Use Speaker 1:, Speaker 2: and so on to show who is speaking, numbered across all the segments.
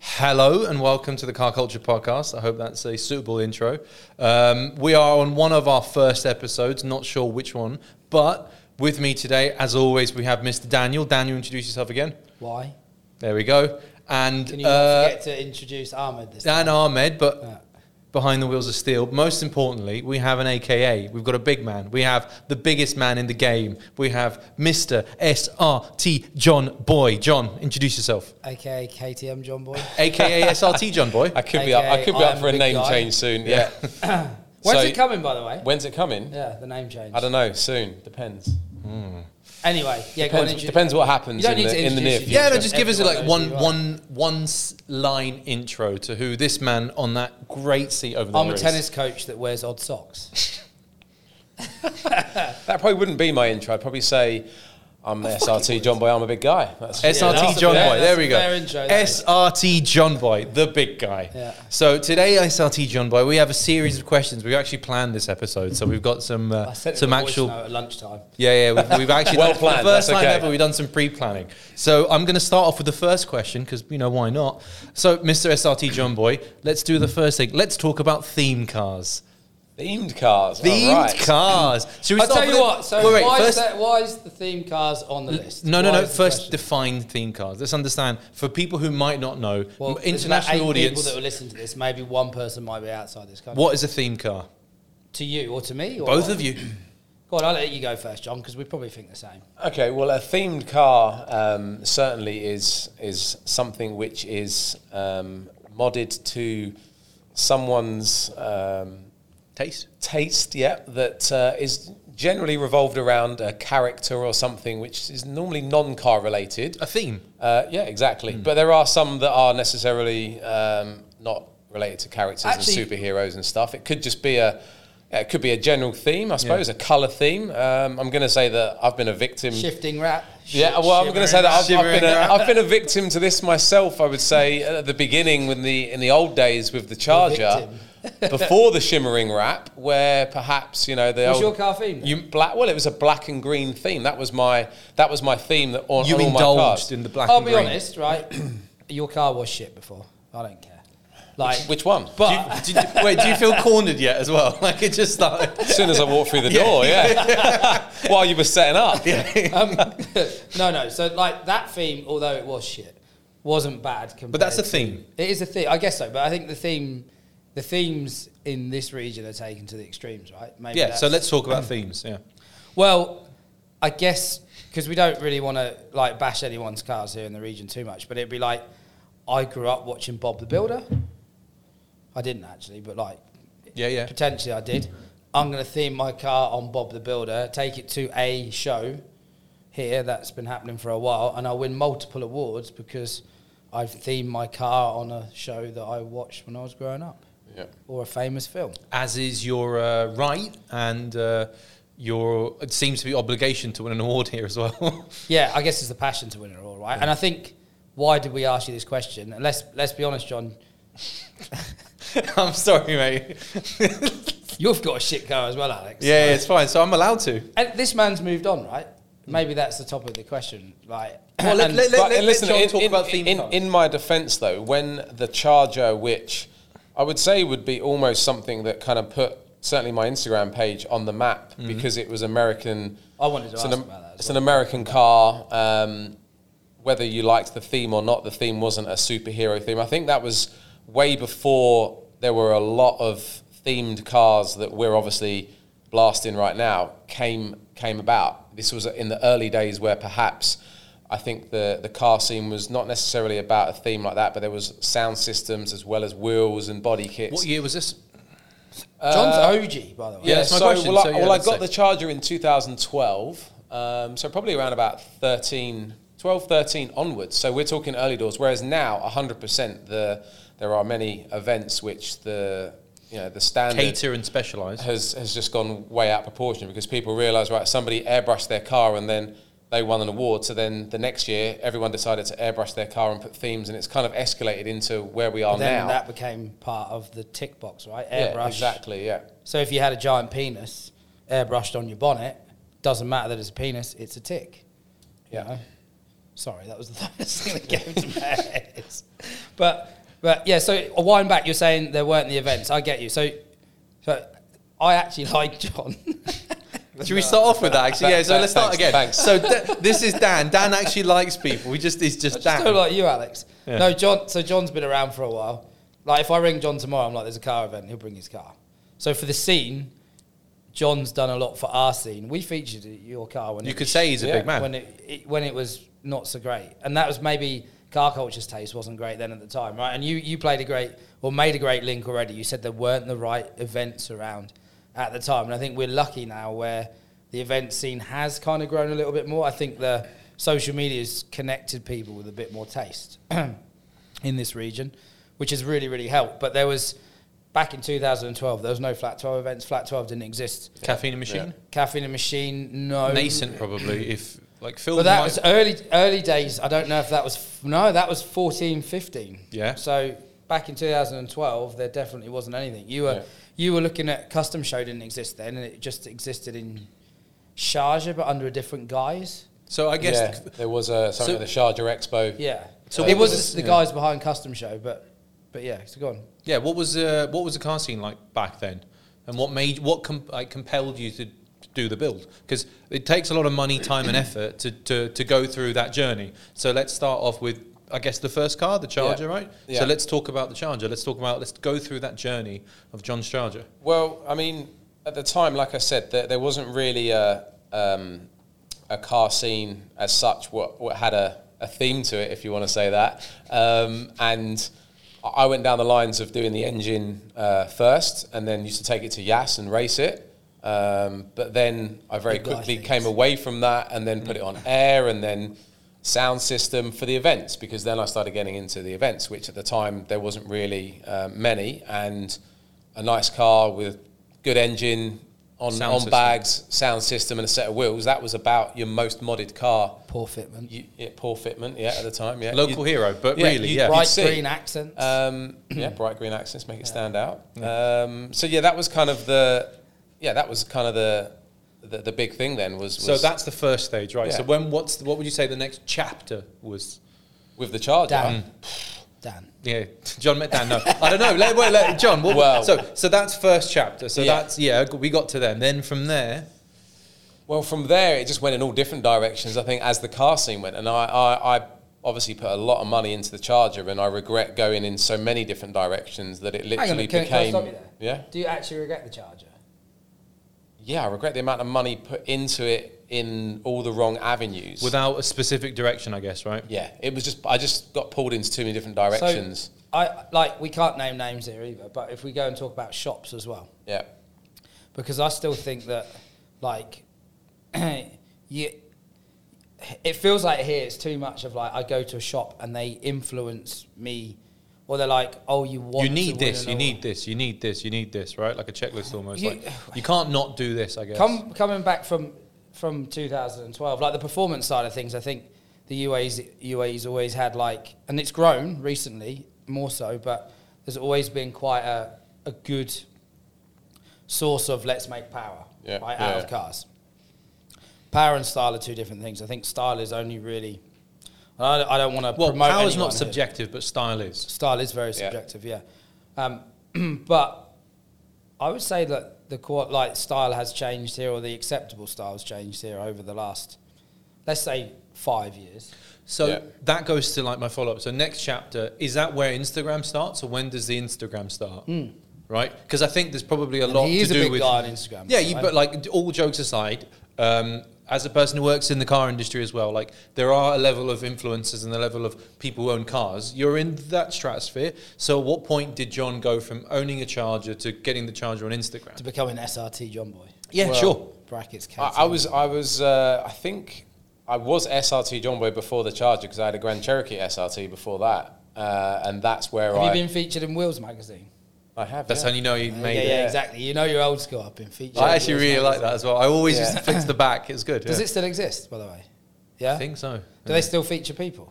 Speaker 1: Hello and welcome to the Car Culture Podcast. I hope that's a suitable intro. Um, we are on one of our first episodes, not sure which one, but with me today, as always, we have Mr. Daniel. Daniel, introduce yourself again.
Speaker 2: Why?
Speaker 1: There we go. And
Speaker 2: Can you not
Speaker 1: uh,
Speaker 2: forget to Uh. introduce Ahmed this time?
Speaker 1: Dan Ahmed, but
Speaker 2: Yeah.
Speaker 1: behind the wheels of steel. Most importantly, we have an AKA. We've got a big man. We have the biggest man in the game. We have Mr. SRT John Boy. John, introduce yourself.
Speaker 2: AKA KTM John Boy.
Speaker 1: AKA SRT John Boy.
Speaker 3: I could be up. I could be
Speaker 2: AKA, I
Speaker 3: up
Speaker 2: am
Speaker 3: for a
Speaker 2: big
Speaker 3: name
Speaker 2: guy.
Speaker 3: change soon. Yeah.
Speaker 2: When's
Speaker 3: So-
Speaker 2: it coming, by the way?
Speaker 3: When's it coming?
Speaker 2: Yeah, the name change.
Speaker 3: I don't know. Soon. Depends.
Speaker 2: Anyway, yeah, go on,
Speaker 3: Depends.
Speaker 2: introdu-
Speaker 3: Depends what happens
Speaker 2: You don't
Speaker 3: in
Speaker 2: need to
Speaker 3: the, in the near
Speaker 2: introduce
Speaker 3: future.
Speaker 1: Yeah, no,
Speaker 2: Sure.
Speaker 1: just give us
Speaker 2: Everyone
Speaker 1: like
Speaker 2: knows
Speaker 1: one,
Speaker 2: who you are.
Speaker 1: one, one s- line intro to who this man on that great seat over there
Speaker 2: I'm a
Speaker 1: is.
Speaker 2: tennis coach that wears odd socks.
Speaker 3: That probably wouldn't be my intro. I'd probably say,
Speaker 2: Oh,
Speaker 3: "I'm SRT John Boy. I'm a big guy." That's
Speaker 1: SRT
Speaker 2: that's a
Speaker 1: John
Speaker 2: fair-
Speaker 1: Boy.
Speaker 2: that's
Speaker 1: There
Speaker 2: a
Speaker 1: we go.
Speaker 2: fair intro, that is.
Speaker 1: SRT John Boy, the big guy.
Speaker 2: Yeah.
Speaker 1: So today, SRT John Boy, we have a series of questions. We've actually planned this episode, so we've got some uh,
Speaker 2: I sent him
Speaker 1: some
Speaker 2: a voice
Speaker 1: actual.
Speaker 2: note at lunchtime.
Speaker 1: Yeah, yeah, we've, we've actually
Speaker 3: Well
Speaker 1: done- for
Speaker 3: planned,
Speaker 1: The first
Speaker 3: that's
Speaker 1: time
Speaker 3: okay.
Speaker 1: ever, we've done some pre-planning. So I'm going to start off with the first question because you know why not? So, Mr. SRT John Boy, let's do the first thing. Let's talk about theme cars.
Speaker 3: themed cars.
Speaker 1: Themed
Speaker 3: Alright.
Speaker 1: cars. Should we
Speaker 2: I'll
Speaker 1: start
Speaker 2: tell
Speaker 1: with
Speaker 2: you
Speaker 1: the-
Speaker 2: what. So
Speaker 1: wait, wait,
Speaker 2: why,
Speaker 1: first-
Speaker 2: is that, why is the theme cars on the list?
Speaker 1: no, no,
Speaker 2: Why
Speaker 1: no.
Speaker 2: is the
Speaker 1: First,
Speaker 2: question?
Speaker 1: define theme cars. Let's understand for people who might not know, m-
Speaker 2: well, there's about
Speaker 1: international
Speaker 2: eight people
Speaker 1: audience.
Speaker 2: that will listen to this. Maybe one person might be outside this country.
Speaker 1: What is a theme car?
Speaker 2: to you or to me? Or
Speaker 1: Both of you.
Speaker 2: Go on, I'll let you go first, John, because we probably think the same.
Speaker 3: Okay, well, a themed car um, certainly is is something which is um, modded to someone's um,
Speaker 1: Taste.
Speaker 3: taste, yeah, that uh, is generally revolved around a character or something which is normally non-car related.
Speaker 1: A theme.
Speaker 3: Uh, yeah, exactly. But there are some that are necessarily um, not related to characters
Speaker 2: Actually-
Speaker 3: and superheroes and stuff. It could just be a yeah, it could be a general theme, I suppose, a colour theme. Um, I'm going to say that I've been a victim.
Speaker 2: Shifting rap.
Speaker 3: Yeah, well, I'm going to say that I've, I've, been
Speaker 1: shivering
Speaker 3: a, I've been a victim to this myself. I would say at the beginning, when the in the old days with the Charger, before the shimmering wrap, where perhaps you know the
Speaker 2: What's
Speaker 3: old
Speaker 2: your car theme? then?
Speaker 3: you black. Well, it was a black and green theme. That was my that was my theme. That on,
Speaker 1: You
Speaker 3: on all my cars.
Speaker 1: indulged in the black
Speaker 2: I'll
Speaker 1: and
Speaker 2: be
Speaker 1: green.
Speaker 2: honest, right? Your car was shit before. I don't care. Like,
Speaker 3: Which one?
Speaker 1: Do
Speaker 2: but
Speaker 1: you, do you- wait, do you feel cornered yet as well? Like it just started.
Speaker 3: As soon as I walked through the door, yeah. While you were setting up.
Speaker 2: um, no, no. So like that theme, although it was shit, wasn't bad. Compared
Speaker 1: But that's a
Speaker 2: to-
Speaker 1: theme.
Speaker 2: It is a theme, I guess so. But I think the theme, the themes in this region are taken to the extremes, right? Maybe
Speaker 1: Yeah. So
Speaker 2: that's-
Speaker 1: let's talk about themes. Yeah.
Speaker 2: Well, I guess because we don't really want to like bash anyone's cars here in the region too much, but it'd be like I grew up watching Bob the Builder. I didn't actually, but like
Speaker 1: Yeah, yeah.
Speaker 2: potentially I did. I'm going to theme my car on Bob the Builder, take it to a show here that's been happening for a while, and I'll win multiple awards because I've themed my car on a show that I watched when I was growing up
Speaker 3: Yeah.
Speaker 2: or a famous film.
Speaker 1: As is your uh, right and uh, your it seems to be obligation to win an award here as well.
Speaker 2: Yeah, I guess it's the passion to win it all, right? And I think why did we ask you this question? And Let's let's be honest, John.
Speaker 1: I'm sorry, mate.
Speaker 2: You've got a shit car as well, Alex.
Speaker 1: Yeah, yeah, it's fine. So I'm allowed to.
Speaker 2: And this man's moved on, right? Maybe that's the top of the question. Like,
Speaker 1: Well, let-
Speaker 2: and-
Speaker 1: let-
Speaker 3: But
Speaker 1: let
Speaker 3: listen,
Speaker 1: John
Speaker 3: in,
Speaker 1: talk
Speaker 3: in-
Speaker 1: about theme
Speaker 3: in-
Speaker 1: colours.
Speaker 3: in my defence, though, when the Charger, which I would say would be almost something that kind of put certainly my Instagram page on the map
Speaker 1: Mm-hmm.
Speaker 3: because it was American.
Speaker 2: I wanted to
Speaker 3: it's
Speaker 2: ask
Speaker 3: an,
Speaker 2: about that.
Speaker 3: it's
Speaker 2: As well.
Speaker 3: an American car. Um, whether you liked the theme or not, the theme wasn't a superhero theme. I think that was way before there were a lot of themed cars that we're obviously blasting right now came came about. This was in the early days where perhaps I think the the car scene was not necessarily about a theme like that, but there was sound systems as well as wheels and body kits.
Speaker 1: What year was this?
Speaker 2: John's OG, by the way.
Speaker 1: Yeah, that's my
Speaker 3: so,
Speaker 1: question.
Speaker 3: Well,
Speaker 1: So,
Speaker 3: I,
Speaker 1: yeah,
Speaker 3: well, I
Speaker 1: let's
Speaker 3: got
Speaker 1: say.
Speaker 3: the Charger in 2012, um, so probably around about 13, 12, 13 onwards. So we're talking early doors. Whereas now, 100%, the there are many events which the you know the standard
Speaker 1: Cater and specialise.
Speaker 3: has has just gone way out of proportion because people realise right somebody airbrushed their car and then they won an award. So then the next year, everyone decided to airbrush their car and put themes, and it's kind of escalated into where we are
Speaker 2: then
Speaker 3: now.
Speaker 2: that became part of the tick box, right? Airbrush.
Speaker 3: yeah, exactly. Yeah.
Speaker 2: So if you had a giant penis airbrushed on your bonnet, doesn't matter that it's a penis, it's a tick. You
Speaker 3: Yeah.
Speaker 2: know? Sorry, that was the first thing that came to my head. But But yeah, so a while back, you're saying there weren't the events. I get you. So, so I actually like John.
Speaker 1: Should we start off with that? Actually, yeah. So let's start
Speaker 3: Thanks,
Speaker 1: again.
Speaker 3: thanks.
Speaker 1: So da- this is Dan. Dan actually likes people. We just he's just,
Speaker 2: I just
Speaker 1: Dan.
Speaker 2: don't like you, Alex.
Speaker 1: Yeah.
Speaker 2: No, John. So John's been around for a while. Like if I ring John tomorrow, I'm like, there's a car event. He'll bring his car. So for the scene, John's done a lot for our scene. We featured it- your car when
Speaker 1: You
Speaker 2: it
Speaker 1: could
Speaker 2: was-
Speaker 1: say he's a
Speaker 3: Yeah,
Speaker 1: big man.
Speaker 2: when it, it when it was not so great, and that was maybe car culture's taste wasn't great then at the time, right? And you you played a great or made a great link already. You said there weren't the right events around at the time, and I think we're lucky now where the event scene has kind of grown a little bit more. I think the social media's connected people with a bit more taste in this region, which has really really helped. But there was back in 2012, there was no Flat 12 events. Flat 12 didn't exist.
Speaker 1: Caffeine machine.
Speaker 2: Caffeine and Machine, no.
Speaker 1: Nascent probably. If like Phil.
Speaker 2: But that
Speaker 1: might-
Speaker 2: was early early days. I don't know if that was f- no, that was 14, 15.
Speaker 1: Yeah.
Speaker 2: So back in 2012, there definitely wasn't anything. You were
Speaker 3: Yeah.
Speaker 2: you were looking at custom show didn't exist then, and it just existed in Sharjah, but under a different guise.
Speaker 1: so I guess
Speaker 3: yeah, there was a, something
Speaker 1: So-
Speaker 3: at the Sharjah Expo.
Speaker 2: Yeah.
Speaker 1: So
Speaker 2: So
Speaker 1: what
Speaker 2: it was,
Speaker 1: was this-
Speaker 2: the
Speaker 1: yeah.
Speaker 2: guys behind custom show, but but yeah. So go on.
Speaker 1: Yeah, what was uh, what was the car scene like back then, and what made what com- like compelled you to do the build? Because it takes a lot of money, time, and effort to, to to go through that journey. So let's start off with. I guess the first car, the Charger, right?
Speaker 3: Yeah.
Speaker 1: So let's talk about the Charger. Let's talk about, let's go through that journey of John's Charger.
Speaker 3: Well, I mean, at the time, like I said, there, there wasn't really a um, a car scene as such. What what had a, a theme to it, if you want to say that. Um, and I I went down the lines of doing the engine uh, first, and then used to take it to Yas and race it. Um, but then I very
Speaker 2: Big guy
Speaker 3: quickly
Speaker 2: things.
Speaker 3: came away from that, and then
Speaker 1: Mm.
Speaker 3: put it on air, and then sound system for the events because then I started getting into the events, which at the time there wasn't really uh, many, and a nice car with good engine on
Speaker 1: Sound
Speaker 3: on
Speaker 1: system.
Speaker 3: bags, sound system, and a set of wheels. That was about your most modded car.
Speaker 2: Poor Fitman.
Speaker 3: You, yeah, poor fitment, yeah, at the time, yeah.
Speaker 1: Local
Speaker 3: You'd-
Speaker 1: hero, but
Speaker 3: yeah,
Speaker 1: really,
Speaker 3: you-
Speaker 1: yeah.
Speaker 3: right.
Speaker 2: Bright
Speaker 3: see.
Speaker 2: green accents.
Speaker 3: um, yeah, bright green accents make it stand out. Um, so yeah, that was kind of the, yeah, that was kind of the, the, the big thing then was,
Speaker 1: So
Speaker 3: was
Speaker 1: that's the first stage, right? So
Speaker 3: Yeah.
Speaker 1: when what's what would you say the next chapter was?
Speaker 3: with the Charger.
Speaker 2: Dan. Dan.
Speaker 1: Yeah, John met Dan. No, I don't know. Let, wait, let, John. What,
Speaker 3: Well-
Speaker 1: so so that's first chapter. So
Speaker 3: Yeah.
Speaker 1: that's yeah. We got to them. Then from there,
Speaker 3: Well, from there, it just went in all different directions, I think, as the car scene went. And I, I, I obviously put a lot of money into the Charger, and I regret going in so many different directions that it
Speaker 2: Hang on,
Speaker 3: literally
Speaker 2: a minute, can, can I
Speaker 3: became.
Speaker 2: stop you there?
Speaker 3: yeah?
Speaker 2: Do you actually regret the Charger?
Speaker 3: Yeah, I regret the amount of money put into it in all the wrong avenues.
Speaker 1: without a specific direction, I guess. Right.
Speaker 3: yeah, it was just, I just got pulled into too many different directions.
Speaker 2: So, I like we can't name names here either, but if we go and talk about shops as well,
Speaker 3: yeah.
Speaker 2: because I still think that like you, it feels like here it's too much of like I go to a shop and they influence me, or they're like, oh, you want
Speaker 1: You need
Speaker 2: to
Speaker 1: this.
Speaker 2: win an
Speaker 1: You
Speaker 2: award.
Speaker 1: need this. You need this. You need this. Right, like a checklist almost.
Speaker 2: You-
Speaker 1: like you can't not do this. I guess.
Speaker 2: Come, coming back from from 2012, like the performance side of things, I think the UAE's UAE's always had like, and it's grown recently more so, but there's always been quite a a good source of let's make power
Speaker 3: Yeah,
Speaker 2: right,
Speaker 3: yeah.
Speaker 2: out of cars. Power and style are two different things. I think style is only really. I don't, I don't want to
Speaker 1: well,
Speaker 2: promote.
Speaker 1: power's
Speaker 2: anyone
Speaker 1: not
Speaker 2: here.
Speaker 1: subjective, but style is.
Speaker 2: Style is very
Speaker 3: Yeah.
Speaker 2: subjective, yeah. Um, but I would say that the court like style has changed here, or the acceptable style's changed here over the last, let's say, five years.
Speaker 1: So
Speaker 3: Yeah.
Speaker 1: that goes to like my follow up. So next chapter is that where Instagram starts, or when does the Instagram start? Right, because I think there's probably a
Speaker 2: Hmm. And
Speaker 1: lot
Speaker 2: he
Speaker 1: to
Speaker 2: is a
Speaker 1: do
Speaker 2: big
Speaker 1: with
Speaker 2: guy on Instagram.
Speaker 1: Yeah, you,
Speaker 2: right?
Speaker 1: but like d- all jokes aside, um, as a person who works in the car industry as well, like there are a level of influences and the level of people who own cars. You're in that stratosphere. So, at what point did John go from owning a Charger to getting the Charger on
Speaker 2: to
Speaker 1: Instagram?
Speaker 2: become an SRT John Boy
Speaker 1: Yeah,
Speaker 3: Well-
Speaker 1: sure.
Speaker 2: brackets.
Speaker 3: I, I was, I was, uh, I think I was SRT John Boy before the Charger because I had a Grand Cherokee SRT before that. Uh, and that's where
Speaker 2: Have
Speaker 3: I,
Speaker 2: you been featured in Wheels magazine?
Speaker 3: I have.
Speaker 1: That's
Speaker 3: yeah.
Speaker 1: how you know he
Speaker 2: Yeah,
Speaker 1: made
Speaker 2: yeah,
Speaker 1: it.
Speaker 2: exactly. You know you're old school. I've been featured.
Speaker 1: I
Speaker 2: in
Speaker 1: actually
Speaker 2: Wheels
Speaker 1: really like
Speaker 2: magazine.
Speaker 1: that as well. I always
Speaker 3: Yeah.
Speaker 1: used to fix the back. It's good.
Speaker 2: Does
Speaker 1: yeah.
Speaker 2: it still exist, by the way?
Speaker 1: I
Speaker 2: Yeah.
Speaker 1: think so.
Speaker 2: Do they still feature people?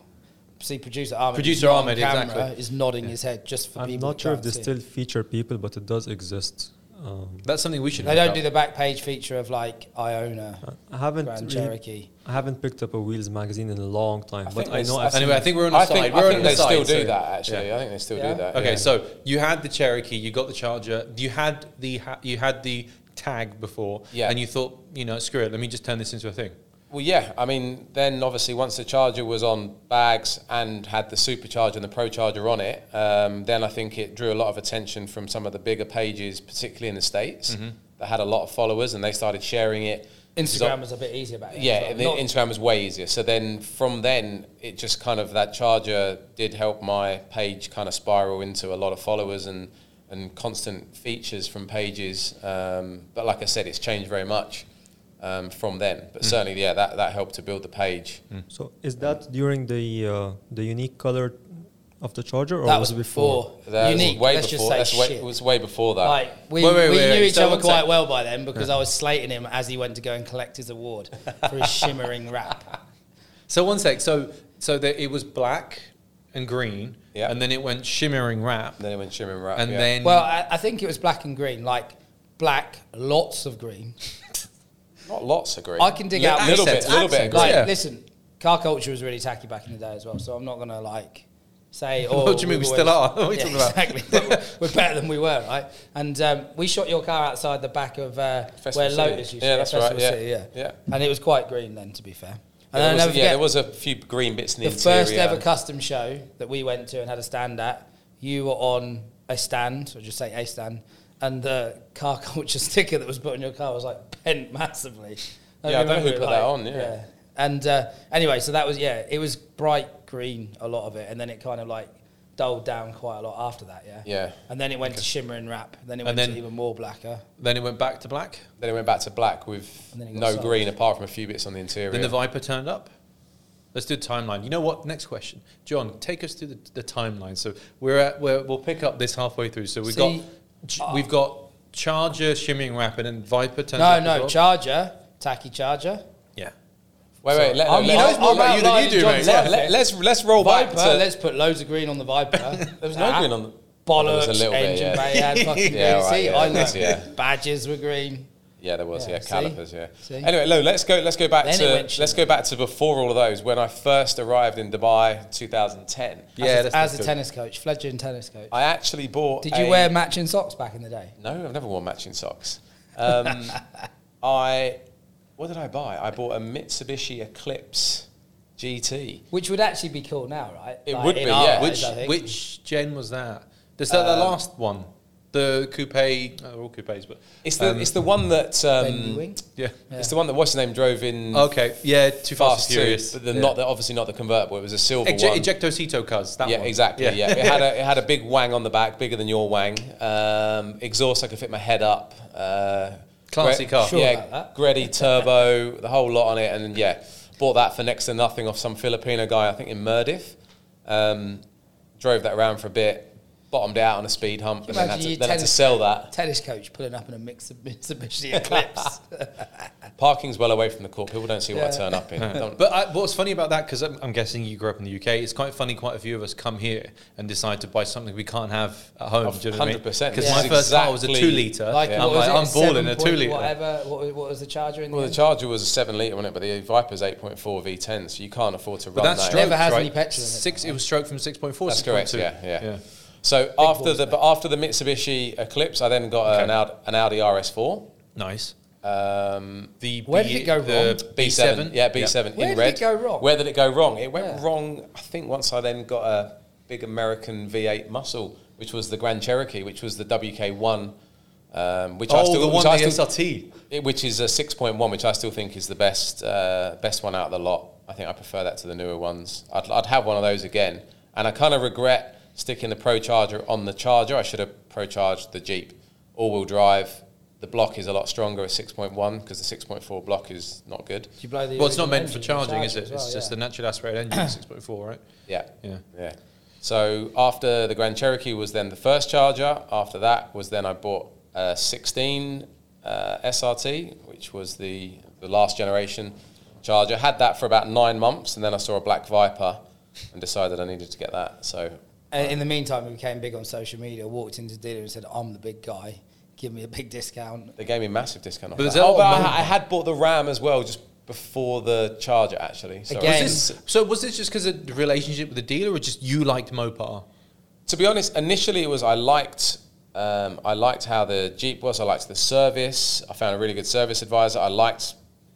Speaker 2: See, producer Ahmed.
Speaker 1: Producer
Speaker 2: who's not on
Speaker 1: Ahmed,
Speaker 2: camera
Speaker 1: exactly.
Speaker 2: is nodding his head just for
Speaker 4: I'm
Speaker 2: people.
Speaker 4: not
Speaker 2: who
Speaker 4: sure if
Speaker 2: can't
Speaker 4: they
Speaker 2: see it.
Speaker 4: still feature people, but it does exist. Um,
Speaker 1: That's something we should.
Speaker 2: They
Speaker 1: look
Speaker 2: don't
Speaker 1: up.
Speaker 2: do the back page feature of like I own a
Speaker 4: I haven't
Speaker 2: Grand
Speaker 4: really-
Speaker 2: Cherokee.
Speaker 4: I haven't picked up a Wheels magazine in a long time,
Speaker 3: I
Speaker 4: but
Speaker 3: think
Speaker 4: I
Speaker 3: they
Speaker 4: know
Speaker 3: s-
Speaker 4: I've
Speaker 3: I
Speaker 1: Anyway, I think we're on the
Speaker 3: I
Speaker 1: side.
Speaker 3: think,
Speaker 1: we're
Speaker 3: I
Speaker 1: on
Speaker 3: think
Speaker 1: the
Speaker 3: they
Speaker 1: side,
Speaker 3: still
Speaker 1: so-
Speaker 3: do that. Actually,
Speaker 1: Yeah.
Speaker 3: I think they still
Speaker 2: Yeah.
Speaker 3: do that.
Speaker 1: Okay,
Speaker 3: yeah.
Speaker 1: so you had the Cherokee, you got the Charger, you had the ha- you had the tag before,
Speaker 3: Yeah.
Speaker 1: and you thought, you know, screw it, let me just turn this into a thing.
Speaker 3: Well, yeah. I mean, then obviously once the Charger was on bags and had the Supercharger and the Pro Charger on it, um, then I think it drew a lot of attention from some of the bigger pages, particularly in the states,
Speaker 4: Mm-hmm.
Speaker 3: that had a lot of followers, and they started sharing it.
Speaker 2: Instagram was a bit easier back then.
Speaker 3: Yeah,
Speaker 2: so
Speaker 3: the
Speaker 2: not-
Speaker 3: Instagram was way easier. So then from then, it just kind of that charger did help my page kind of spiral into a lot of followers and and constant features from pages. Um, but like I said, it's changed very much um, from then.
Speaker 2: Hmm.
Speaker 3: But certainly, yeah, that, that helped to build the page.
Speaker 4: So is that during the uh, the unique color of the charger, or
Speaker 2: that
Speaker 4: was
Speaker 2: was
Speaker 4: it before?
Speaker 2: before.
Speaker 3: That was
Speaker 2: Unique.
Speaker 3: way
Speaker 2: let's
Speaker 3: before.
Speaker 2: just
Speaker 3: that's
Speaker 2: say
Speaker 3: way,
Speaker 2: shit.
Speaker 3: It was way before that.
Speaker 2: Like we,
Speaker 1: Wait, wait,
Speaker 2: we
Speaker 1: wait,
Speaker 2: knew
Speaker 1: wait.
Speaker 2: each
Speaker 1: So
Speaker 2: other
Speaker 1: one sec.
Speaker 2: quite well by then because I was slating him as he went to go and collect his award for his shimmering rap.
Speaker 1: So one sec, so so that it was black and green,
Speaker 3: Yeah.
Speaker 1: and then it went shimmering wrap,
Speaker 3: then it went shimmering right.
Speaker 1: and
Speaker 3: yeah.
Speaker 1: then
Speaker 2: Well, I, I think it was black and green, like black, lots of green.
Speaker 3: not lots of green.
Speaker 2: I can dig
Speaker 3: Li-
Speaker 2: out
Speaker 3: little
Speaker 2: accents,
Speaker 3: bit, little bit. Of
Speaker 1: accents,
Speaker 3: green.
Speaker 2: Like,
Speaker 1: Yeah.
Speaker 2: listen, car culture was really tacky back in the day as well, so I'm not gonna like say. Oh,
Speaker 1: What do you mean? We
Speaker 2: we've
Speaker 1: still
Speaker 2: always-
Speaker 1: are? What are we
Speaker 2: Yeah,
Speaker 1: talking about?
Speaker 2: Exactly, but we're, we're better than we were, right? And um, we shot your car outside the back of uh,
Speaker 3: Festival
Speaker 2: where
Speaker 3: City.
Speaker 2: Lotus used to
Speaker 3: Yeah,
Speaker 2: be,
Speaker 3: that's
Speaker 2: Festival
Speaker 3: right, yeah.
Speaker 2: City, yeah,
Speaker 3: Yeah.
Speaker 2: and it was quite green then, to be fair. And
Speaker 3: There
Speaker 2: I'll
Speaker 3: was-
Speaker 2: never
Speaker 3: yeah, there
Speaker 2: forget
Speaker 3: was a few green bits in
Speaker 2: the
Speaker 3: the,
Speaker 2: first
Speaker 3: interior.
Speaker 2: ever custom show that we went to and had a stand at. You were on a stand, or just say a stand, and the car culture sticker that was put on your car was like bent massively.
Speaker 3: Yeah, I don't know
Speaker 2: remember
Speaker 3: who
Speaker 2: it,
Speaker 3: put that on, yeah.
Speaker 2: And uh, anyway, so that was yeah, it was bright green a lot of it, and then it kind of like dulled down quite a lot after that, yeah.
Speaker 3: Yeah.
Speaker 2: And then it went to shimmer and wrap. Then it
Speaker 1: And
Speaker 2: went
Speaker 1: then-
Speaker 2: to even more blacker.
Speaker 1: then it went back to black.
Speaker 3: Then it went back to black with
Speaker 2: And then it got
Speaker 3: no
Speaker 2: sold.
Speaker 3: green apart from a few bits on the interior.
Speaker 1: Then the Viper turned up. Let's do a timeline. You know what? Next question, John. Take us through the, the timeline. So we're at we're, we'll pick up this halfway through. So we've
Speaker 2: See, uh,
Speaker 1: got ch- we've got Charger shimmering wrap, and then Viper turns
Speaker 2: No,
Speaker 1: up. as
Speaker 2: no,
Speaker 1: well.
Speaker 2: charger, tacky charger.
Speaker 1: yeah.
Speaker 3: wait, wait, let,
Speaker 2: I'm-
Speaker 3: let-
Speaker 2: you know
Speaker 3: let-
Speaker 2: more about you than you do, mate.
Speaker 3: let, us let's roll
Speaker 2: Viper,
Speaker 3: back to
Speaker 2: let's put loads of green on the Viper.
Speaker 3: Oh, There was no
Speaker 2: That
Speaker 3: green on the- There
Speaker 2: bollocks.
Speaker 3: was a little bit,
Speaker 2: engine
Speaker 3: yeah.
Speaker 2: bay had fucking
Speaker 3: Yeah,
Speaker 2: green.
Speaker 3: all right,
Speaker 2: See,
Speaker 3: yeah,
Speaker 2: I
Speaker 3: that's-
Speaker 2: learned.
Speaker 3: yeah.
Speaker 2: Badges were green.
Speaker 3: yeah, there was
Speaker 2: Yeah,
Speaker 3: yeah,
Speaker 2: see?
Speaker 3: calipers yeah.
Speaker 2: See?
Speaker 3: Anyway, no, let's go let's go back
Speaker 2: Then it
Speaker 3: to
Speaker 2: went shit.
Speaker 3: let's go back to before all of those when I first arrived in Dubai 2010.
Speaker 1: Yeah,
Speaker 2: as,
Speaker 1: that's
Speaker 2: a, as
Speaker 1: not
Speaker 2: a
Speaker 1: good.
Speaker 2: tennis coach, fledgling tennis coach.
Speaker 3: I actually bought.
Speaker 2: Did you
Speaker 3: a-
Speaker 2: wear matching socks back in the day?
Speaker 3: No, I've never worn matching socks. Um, I what did I buy? I bought a Mitsubishi Eclipse GT.
Speaker 2: Which would actually be cool now, right?
Speaker 3: It would
Speaker 2: in
Speaker 3: be,
Speaker 2: our
Speaker 3: yeah.
Speaker 2: eyes,
Speaker 1: Which
Speaker 2: I think. Uh,
Speaker 1: which gen was that? Is that the last one? The coupe? Oh, all coupes, but um,
Speaker 3: It's the it's the one that
Speaker 2: Ben
Speaker 3: um,
Speaker 2: Ewing.
Speaker 1: yeah.
Speaker 3: it's the one that what's his name drove in.
Speaker 1: Okay, yeah. Too fast,
Speaker 3: Fast
Speaker 1: and
Speaker 3: too,
Speaker 1: furious.
Speaker 3: but the,
Speaker 1: yeah.
Speaker 3: not the, obviously not the convertible. It was a silver
Speaker 1: Eject-
Speaker 3: one.
Speaker 1: ejectocito cars. That
Speaker 3: yeah,
Speaker 1: one.
Speaker 3: exactly. Yeah, it had a it had a big wang on the back, bigger than your wang. Um, exhaust, I could fit my head up. Uh,
Speaker 1: Classy car.
Speaker 2: Sure
Speaker 3: yeah,
Speaker 2: about that.
Speaker 3: Greddy turbo, the whole lot on it, and yeah, bought that for next to nothing off some Filipino guy, I think in Murdiff. Um, drove that around for a bit, bottomed out on a speed hump,
Speaker 2: Can
Speaker 3: and
Speaker 2: you
Speaker 3: then had,
Speaker 2: imagine
Speaker 3: to,
Speaker 2: you
Speaker 3: then had to
Speaker 2: tennis-
Speaker 3: sell that.
Speaker 2: Tennis coach pulling up in a mix of Mitsubishi Eclipse.
Speaker 3: Parking's well away from the court. People don't see what I
Speaker 2: Yeah.
Speaker 3: turn up in. Don't-
Speaker 1: But I, what's funny about that, because I'm, I'm guessing you grew up in the UK, it's quite funny. Quite a few of us come here and decide to buy something we can't have at home.
Speaker 3: Of
Speaker 1: Do you know what I mean?
Speaker 3: 100%,
Speaker 1: Because
Speaker 3: this
Speaker 1: my
Speaker 3: is
Speaker 1: first car was a
Speaker 3: exactly-
Speaker 1: two liter.
Speaker 2: like
Speaker 1: I'm
Speaker 2: what
Speaker 1: like,
Speaker 2: was it?
Speaker 1: I'm balling
Speaker 2: Seven
Speaker 1: a two
Speaker 2: point
Speaker 1: liter.
Speaker 2: Whatever. What, was- what was the charger in
Speaker 3: Well,
Speaker 2: the
Speaker 3: the
Speaker 2: end?
Speaker 3: Charger was a seven litre, wasn't it? But the Viper's 8.4 V10, so you can't afford to
Speaker 1: But
Speaker 3: run
Speaker 1: that's
Speaker 3: that.
Speaker 1: stroke,
Speaker 2: Never has
Speaker 1: right?
Speaker 2: any petrol in it.
Speaker 1: Six. It was stroke from six point four.
Speaker 3: That's correct. Yeah, yeah. So after
Speaker 2: balls,
Speaker 3: the but after the Mitsubishi Eclipse, I then got
Speaker 1: Okay.
Speaker 3: an, Audi, an Audi RS4.
Speaker 1: Nice.
Speaker 3: Um,
Speaker 1: The
Speaker 2: Where did it go wrong?
Speaker 1: the
Speaker 3: B7, yeah, B7 in
Speaker 2: Where did
Speaker 3: red.
Speaker 2: it go wrong?
Speaker 3: Where did it go wrong? It went
Speaker 2: Yeah.
Speaker 3: wrong. I think once I then got a big American V8 muscle, which was the Grand Cherokee, which was the WK1, um, which I
Speaker 1: Oh,
Speaker 3: still,
Speaker 1: the one
Speaker 3: which, I
Speaker 1: the
Speaker 3: still
Speaker 1: SRT.
Speaker 3: it- which is a 6.1, which I still think is the best uh, best one out of the lot. I think I prefer that to the newer ones. I'd, I'd have one of those again, and I kind of regret sticking the Pro Charger on the Charger. I should have Pro Charged the Jeep, all-wheel drive. The block is a lot stronger at 6.1 because the 6.4 block is not good.
Speaker 2: Did you blow the
Speaker 1: Well, it's not
Speaker 2: original
Speaker 1: meant for
Speaker 2: engine in the
Speaker 1: charging, is
Speaker 2: Charger
Speaker 1: it?
Speaker 2: as
Speaker 1: It's
Speaker 2: well,
Speaker 1: just
Speaker 2: yeah.
Speaker 1: a natural aspirated engine, six point four, right?
Speaker 3: Yeah.
Speaker 1: Yeah.
Speaker 3: Yeah. So after the Grand Cherokee was then the first Charger. After that was then I bought a 16 uh, SRT, which was the, the last generation Charger. Had that for about nine months, and then I saw a Black Viper and decided I needed to get that. So
Speaker 2: And in the meantime, he became big on social media, walked into the dealer and said, I'm the big guy. give me a big discount.
Speaker 3: They gave me a massive discount. Off
Speaker 1: But
Speaker 3: but
Speaker 1: is
Speaker 3: that.
Speaker 1: that
Speaker 3: Oh, but
Speaker 1: all
Speaker 3: I,
Speaker 1: man-
Speaker 3: I had bought the RAM as well just before the charger actually. So
Speaker 2: Again.
Speaker 1: Was this- so was this just because of the relationship with the dealer, or just you liked Mopar?
Speaker 3: to be honest, initially it was I liked um, I liked how the Jeep was. I liked the service. I found a really good service advisor. I liked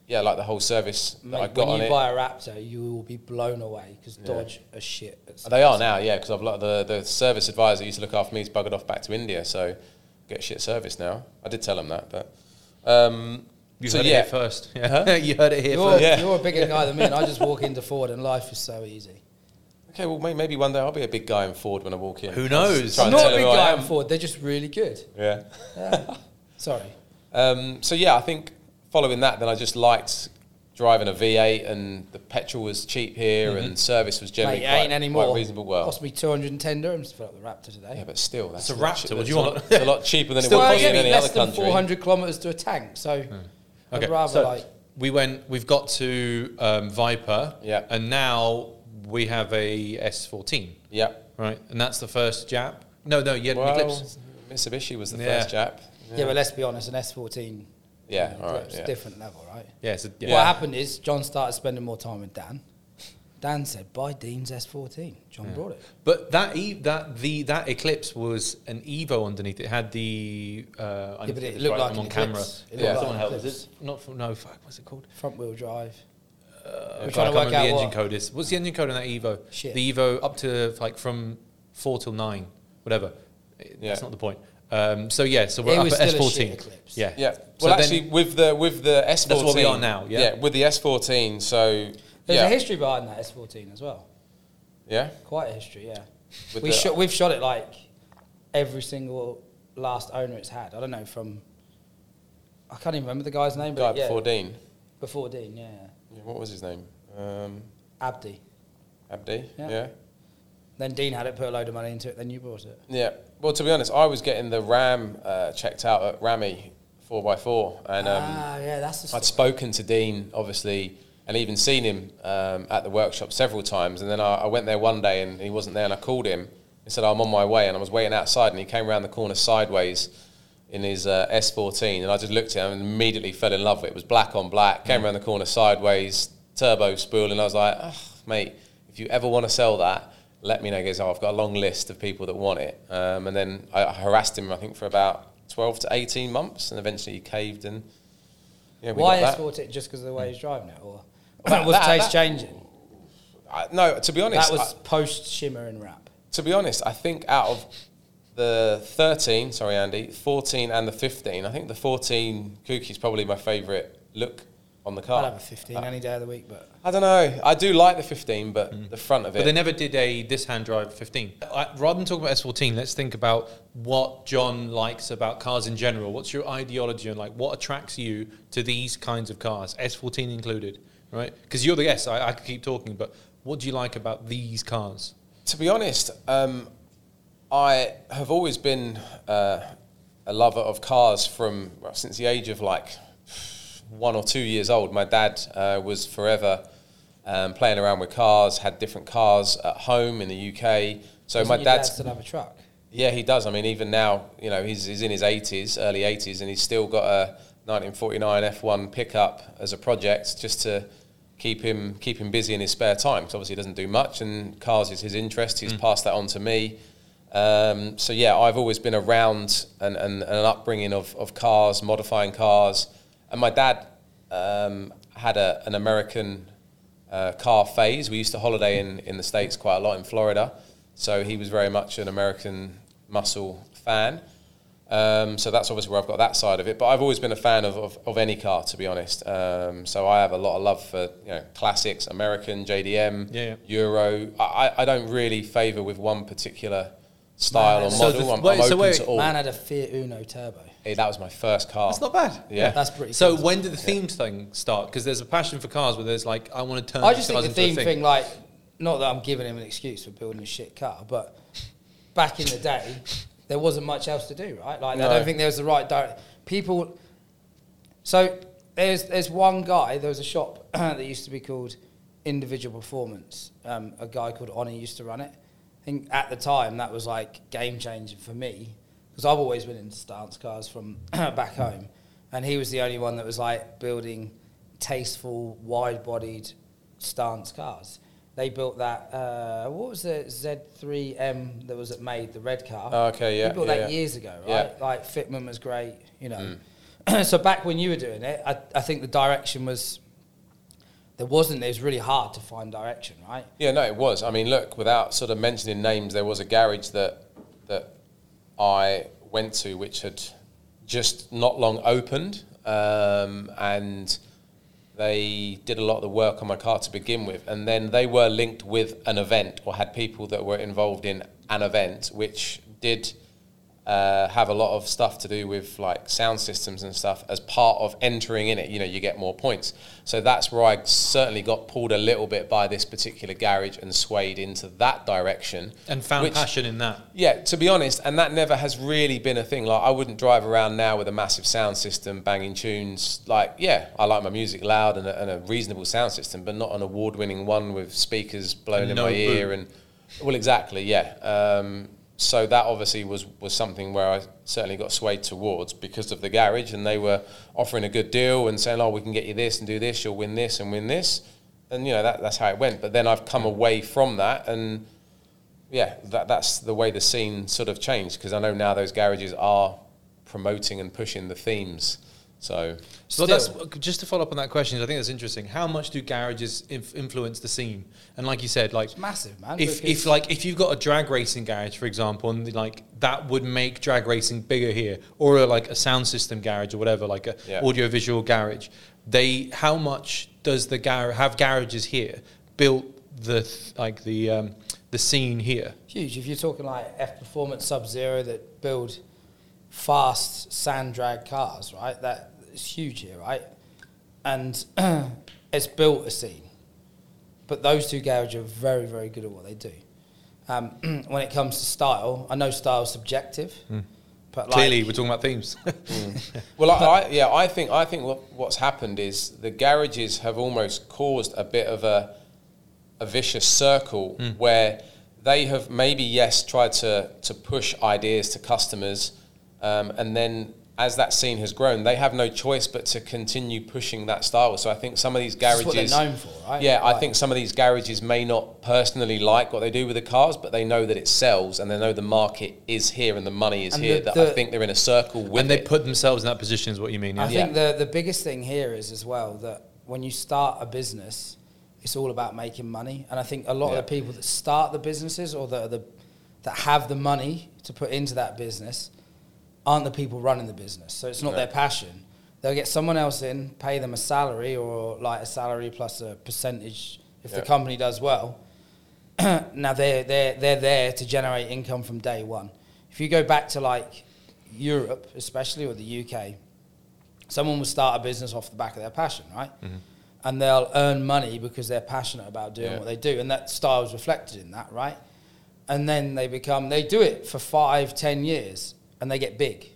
Speaker 3: yeah, like the whole service that I
Speaker 2: Mate,
Speaker 3: got
Speaker 2: when
Speaker 3: on
Speaker 2: you
Speaker 3: it.
Speaker 2: buy a Raptor, you will be blown away because Dodge are shit. at
Speaker 3: They are now, yeah, because I've lo- the the service advisor who used to look after me. He's buggered off back to India, so get shit service now. I did tell him that, but um,
Speaker 1: You
Speaker 3: so
Speaker 1: heard
Speaker 3: yeah,
Speaker 1: it here first. Yeah. you heard it here
Speaker 2: You're,
Speaker 1: first.
Speaker 3: Yeah.
Speaker 2: you're a bigger guy than me, and I just walk into Ford, and life is so easy.
Speaker 3: okay, well may- maybe one day I'll be a big guy in Ford when I walk in.
Speaker 1: Who
Speaker 3: I'll
Speaker 1: knows?
Speaker 3: just try
Speaker 2: I'm
Speaker 3: and
Speaker 2: not
Speaker 3: tell
Speaker 2: a big
Speaker 3: him who I
Speaker 2: guy
Speaker 3: am.
Speaker 2: in Ford; they're just really good.
Speaker 3: Yeah.
Speaker 2: Sorry,
Speaker 3: Um, so yeah, I think following that, then I just liked driving a V8, and the petrol was cheap here, and service was generally
Speaker 2: mate, it
Speaker 3: quite,
Speaker 2: ain't anymore.
Speaker 3: quite reasonable. Well,
Speaker 2: cost me 210 dirhams to fill up the Raptor today.
Speaker 3: yeah, but still, that's
Speaker 1: It's a
Speaker 3: a lot
Speaker 1: Raptor,
Speaker 3: chea-
Speaker 1: what do
Speaker 3: that's
Speaker 1: you
Speaker 3: a
Speaker 1: want?
Speaker 3: lot- It's a lot cheaper than
Speaker 2: Still,
Speaker 3: it would
Speaker 2: I
Speaker 3: cost
Speaker 2: get
Speaker 3: in any
Speaker 2: less
Speaker 3: other
Speaker 2: than
Speaker 3: country. Hmm.
Speaker 2: 400 kilometers to a tank, so I'd rather
Speaker 1: so
Speaker 2: like
Speaker 1: we went. We've got to um, Viper.
Speaker 3: Yeah.
Speaker 1: And now we have a S14,
Speaker 3: Yeah,
Speaker 1: right? And that's the first Jap. No, no, you had an
Speaker 3: well,
Speaker 1: Eclipse.
Speaker 3: Mitsubishi was the
Speaker 1: Yeah.
Speaker 3: first chap.
Speaker 2: yeah. but let's be honest, an S14.
Speaker 3: Yeah, all right,
Speaker 2: It's
Speaker 3: yeah.
Speaker 2: different level, right?
Speaker 1: Yeah, it's a, yeah.
Speaker 2: What happened is John started spending more time with Dan. Dan said, "Buy Dean's S14."
Speaker 3: Hmm.
Speaker 2: John brought it.
Speaker 1: But that e- that the that Eclipse was an Evo underneath. It had the uh, I
Speaker 2: Yeah,
Speaker 1: need
Speaker 2: but
Speaker 1: to
Speaker 2: it
Speaker 1: get this
Speaker 2: looked
Speaker 1: right,
Speaker 2: like
Speaker 1: I'm
Speaker 2: an
Speaker 1: on camera.
Speaker 2: Eclipse. It
Speaker 1: Yeah,
Speaker 2: looked like
Speaker 1: someone
Speaker 2: an
Speaker 1: help. Is
Speaker 2: Eclipse.
Speaker 1: it not from, no fuck? What's it called?
Speaker 2: Front wheel drive.
Speaker 1: We're
Speaker 2: trying to work
Speaker 1: the
Speaker 2: out
Speaker 1: engine
Speaker 2: what-
Speaker 1: code is. What's the engine code on that Evo?
Speaker 2: Shit.
Speaker 1: The Evo up to like from four till nine, whatever.
Speaker 3: Yeah.
Speaker 1: That's not the point. Um, so yeah, so we're
Speaker 2: It
Speaker 1: up
Speaker 2: was
Speaker 1: at
Speaker 2: still a
Speaker 1: S14.
Speaker 2: shit Eclipse.
Speaker 1: Yeah,
Speaker 3: Yeah.
Speaker 1: So
Speaker 3: Well,
Speaker 1: then-
Speaker 3: actually, with the with the S14,
Speaker 1: That's what we are now, yeah.
Speaker 3: with the S14, so
Speaker 2: There's a
Speaker 3: yeah,
Speaker 2: history behind that S14 as well.
Speaker 3: yeah.
Speaker 2: Quite a history, yeah.
Speaker 3: With
Speaker 2: we
Speaker 3: the-
Speaker 2: shot, we've shot it like every single last owner it's had. I don't know from. I can't even remember the guy's name,
Speaker 3: Guy
Speaker 2: but yeah,
Speaker 3: before Dean.
Speaker 2: before Dean, yeah,
Speaker 3: Yeah, what was his name? Um,
Speaker 2: Abdi.
Speaker 3: Abdi.
Speaker 2: Yeah.
Speaker 3: yeah.
Speaker 2: Then Dean had it, put a load of money into it, then you bought it.
Speaker 3: Yeah. Well, to be honest, I was getting the RAM uh, checked out at Rami 4x4. And um,
Speaker 2: ah, yeah, that's the
Speaker 3: I'd
Speaker 2: story.
Speaker 3: spoken to Dean, obviously, and even seen him um, at the workshop several times. And then I, I went there one day and he wasn't there. And I called him and said, I'm on my way. And I was waiting outside. And he came around the corner sideways in his uh, S14. And I just looked at him and immediately fell in love with it. It was black on black, came around the corner sideways, turbo spool. And I was like, oh, mate, if you ever want to sell that, let me know. He goes, oh, I've got a long list of people that want it. Um, and then I I harassed him, I think, for about 12 to 18 months. And eventually he caved and. Yeah, we
Speaker 2: Why
Speaker 3: got that. Hmm.
Speaker 2: S14 it just because of the way he's driving it, or was taste
Speaker 3: that-
Speaker 2: changing?
Speaker 3: I, no, to be honest,
Speaker 2: That was
Speaker 3: I-
Speaker 2: post shimmer and wrap.
Speaker 3: to be honest, I think out of the 13, sorry, Andy, 14 and the 15, I think the 14 Kuki is probably my favourite look on the car.
Speaker 2: I'd have a
Speaker 3: Uh,
Speaker 2: 15 any day of the week, but
Speaker 3: I don't know. I do like the 15, but the front of
Speaker 1: But they
Speaker 3: it.
Speaker 1: never did a this hand drive 15. I, rather than talking about S14, let's think about what John likes about cars in general. What's your ideology and like what attracts you to these kinds of cars, S14 included, right? Because you're the guest. I, I could keep talking, but what do you like about these cars?
Speaker 3: To be honest, um, I have always been uh, a lover of cars from well, since the age of like one or two years old. My dad uh, was forever um, playing around with cars, had different cars at home in the UK. So
Speaker 2: doesn't
Speaker 3: my
Speaker 2: your dad
Speaker 3: dad's
Speaker 2: still have a truck.
Speaker 3: Yeah, he does. I mean, even now, you know, he's, he's in his 80s, early 80s, and he's still got a 1949 F1 pickup as a project just to keep him keep him busy in his spare time. Because obviously, he doesn't do much, and cars is his interest. He's passed that on to me. Um, so yeah, I've always been around and, and, and an upbringing of, of cars, modifying cars, and my dad um, had a, an American uh, car phase. We used to holiday in, in the States quite a lot in Florida. So he was very much an American muscle fan. Um, so that's obviously where I've got that side of it. But I've always been a fan of, of, of any car, to be honest. Um, so I have a lot of love for you know, classics, American, JDM,
Speaker 1: Yeah, yeah.
Speaker 3: Euro. I, I- I don't really favour with one particular style
Speaker 2: Man,
Speaker 3: or
Speaker 2: so
Speaker 3: model.
Speaker 1: the-
Speaker 3: I'm,
Speaker 1: wait,
Speaker 3: I'm
Speaker 1: so
Speaker 3: open
Speaker 1: wait.
Speaker 3: to all.
Speaker 2: Man had a Fiat Uno turbo.
Speaker 3: Hey, that was my first car.
Speaker 1: That's not bad.
Speaker 3: Yeah.
Speaker 2: That's pretty.
Speaker 1: So
Speaker 2: cool.
Speaker 1: when did the theme thing start? Because there's a passion for cars where there's like, I want to turn
Speaker 2: I just think
Speaker 1: cars
Speaker 2: the
Speaker 1: into a
Speaker 2: theme thing, like, not that I'm giving him an excuse for building a shit car, but back in the day, there wasn't much else to do, right? Like, I
Speaker 3: No.
Speaker 2: don't think there was the right direct people. So there's there's one guy. There was a shop that used to be called Individual Performance. Um, a guy called Honor used to run it. I think at the time that was like game changing for me because I've always been into stance cars from back home, and he was the only one that was like building tasteful, wide-bodied stance cars. They built that. Uh, what was the Z3M that was at Made, the red car?
Speaker 3: Oh, okay, yeah,
Speaker 2: He built
Speaker 3: yeah,
Speaker 2: that
Speaker 3: yeah.
Speaker 2: years ago,
Speaker 3: Yeah.
Speaker 2: right? Like Fitman was great, you know.
Speaker 1: Mm.
Speaker 2: so back when you were doing it, I, I think the direction was there wasn't. It was really hard to find direction, right?
Speaker 3: Yeah, no, it was. I mean, look, without sort of mentioning names, there was a garage that that I went to, which had just not long opened, um, and they did a lot of the work on my car to begin with, and then they were linked with an event or had people that were involved in an event, which did. Uh, have a lot of stuff to do with like sound systems and stuff as part of entering in it. You know, you get more points. So that's where I certainly got pulled a little bit by this particular garage and swayed into that direction
Speaker 1: and found
Speaker 3: which-
Speaker 1: passion in that.
Speaker 3: yeah, to be honest, and that never has really been a thing. Like, I wouldn't drive around now with a massive sound system, banging tunes. Like, yeah, I like my music loud and a, and a reasonable sound system, but not an award-winning one with speakers
Speaker 1: And
Speaker 3: blowing in
Speaker 1: no
Speaker 3: my
Speaker 1: boot.
Speaker 3: ear. And well, exactly, yeah. Um, so that obviously was was something where I certainly got swayed towards because of the garage, and they were offering a good deal and saying, "Oh, we can get you this and do this. You'll win this and win this." And you know that, that's how it went. But then I've come away from that and yeah, that, that's the way the scene sort of changed because I know now those garages are promoting and pushing the themes. So
Speaker 1: So
Speaker 2: Still.
Speaker 1: that's just to follow up on that question. I think that's interesting. How much do garages inf- influence the scene? And like you said, like
Speaker 2: It's massive,
Speaker 1: if,
Speaker 2: man. because-
Speaker 1: if like if you've got a drag racing garage, for example, and like that would make drag racing bigger here, or a, like a sound system garage or whatever, like a
Speaker 3: Yeah.
Speaker 1: audio visual garage. They how much does the gar- have garages here built the th- like the um, the scene here?
Speaker 2: Huge. If you're talking like F Performance Sub Zero that build fast sand drag cars, right? That is huge here, right? And it's built a scene. But those two garages are very, very good at what they do. Um, when it comes to style, I know style's subjective, but like,
Speaker 1: Mm. Clearly, we're talking about themes.
Speaker 3: Well, I, I, yeah, I think I think what, what's happened is the garages have almost caused a bit of a a vicious circle
Speaker 2: Hmm.
Speaker 3: where they have maybe yes tried to to push ideas to customers, um, and then as that scene has grown, they have no choice but to continue pushing that style. So I think some of these
Speaker 2: This is
Speaker 3: garages
Speaker 2: what they're known for, right?
Speaker 3: Yeah, I
Speaker 2: Like-
Speaker 3: think some of these garages may not personally like what they do with the cars, but they know that it sells and they know the market is here and the money is
Speaker 2: And
Speaker 3: here.
Speaker 2: the-
Speaker 3: that I
Speaker 2: the-
Speaker 3: think they're in a circle with
Speaker 1: when they
Speaker 3: it.
Speaker 1: put themselves in that position, is what you mean? Yeah.
Speaker 2: I think the, the biggest thing here is as well that when you start a business, it's all about making money. And I think a lot
Speaker 3: Yeah.
Speaker 2: of the people that start the businesses or that, are the, that have the money to put into that business aren't the people running the business. So it's not
Speaker 3: No.
Speaker 2: their passion. They'll get someone else in, pay them a salary or like a salary plus a percentage if
Speaker 3: Yeah.
Speaker 2: the company does well. now they're, they're, they're there to generate income from day one. If you go back to like Europe, especially or the UK, someone will start a business off the back of their passion, right? And they'll earn money because they're passionate about doing
Speaker 3: Yeah.
Speaker 2: what they do, and that style is reflected in that, right? And then they become they do it for five, ten years, and they get big.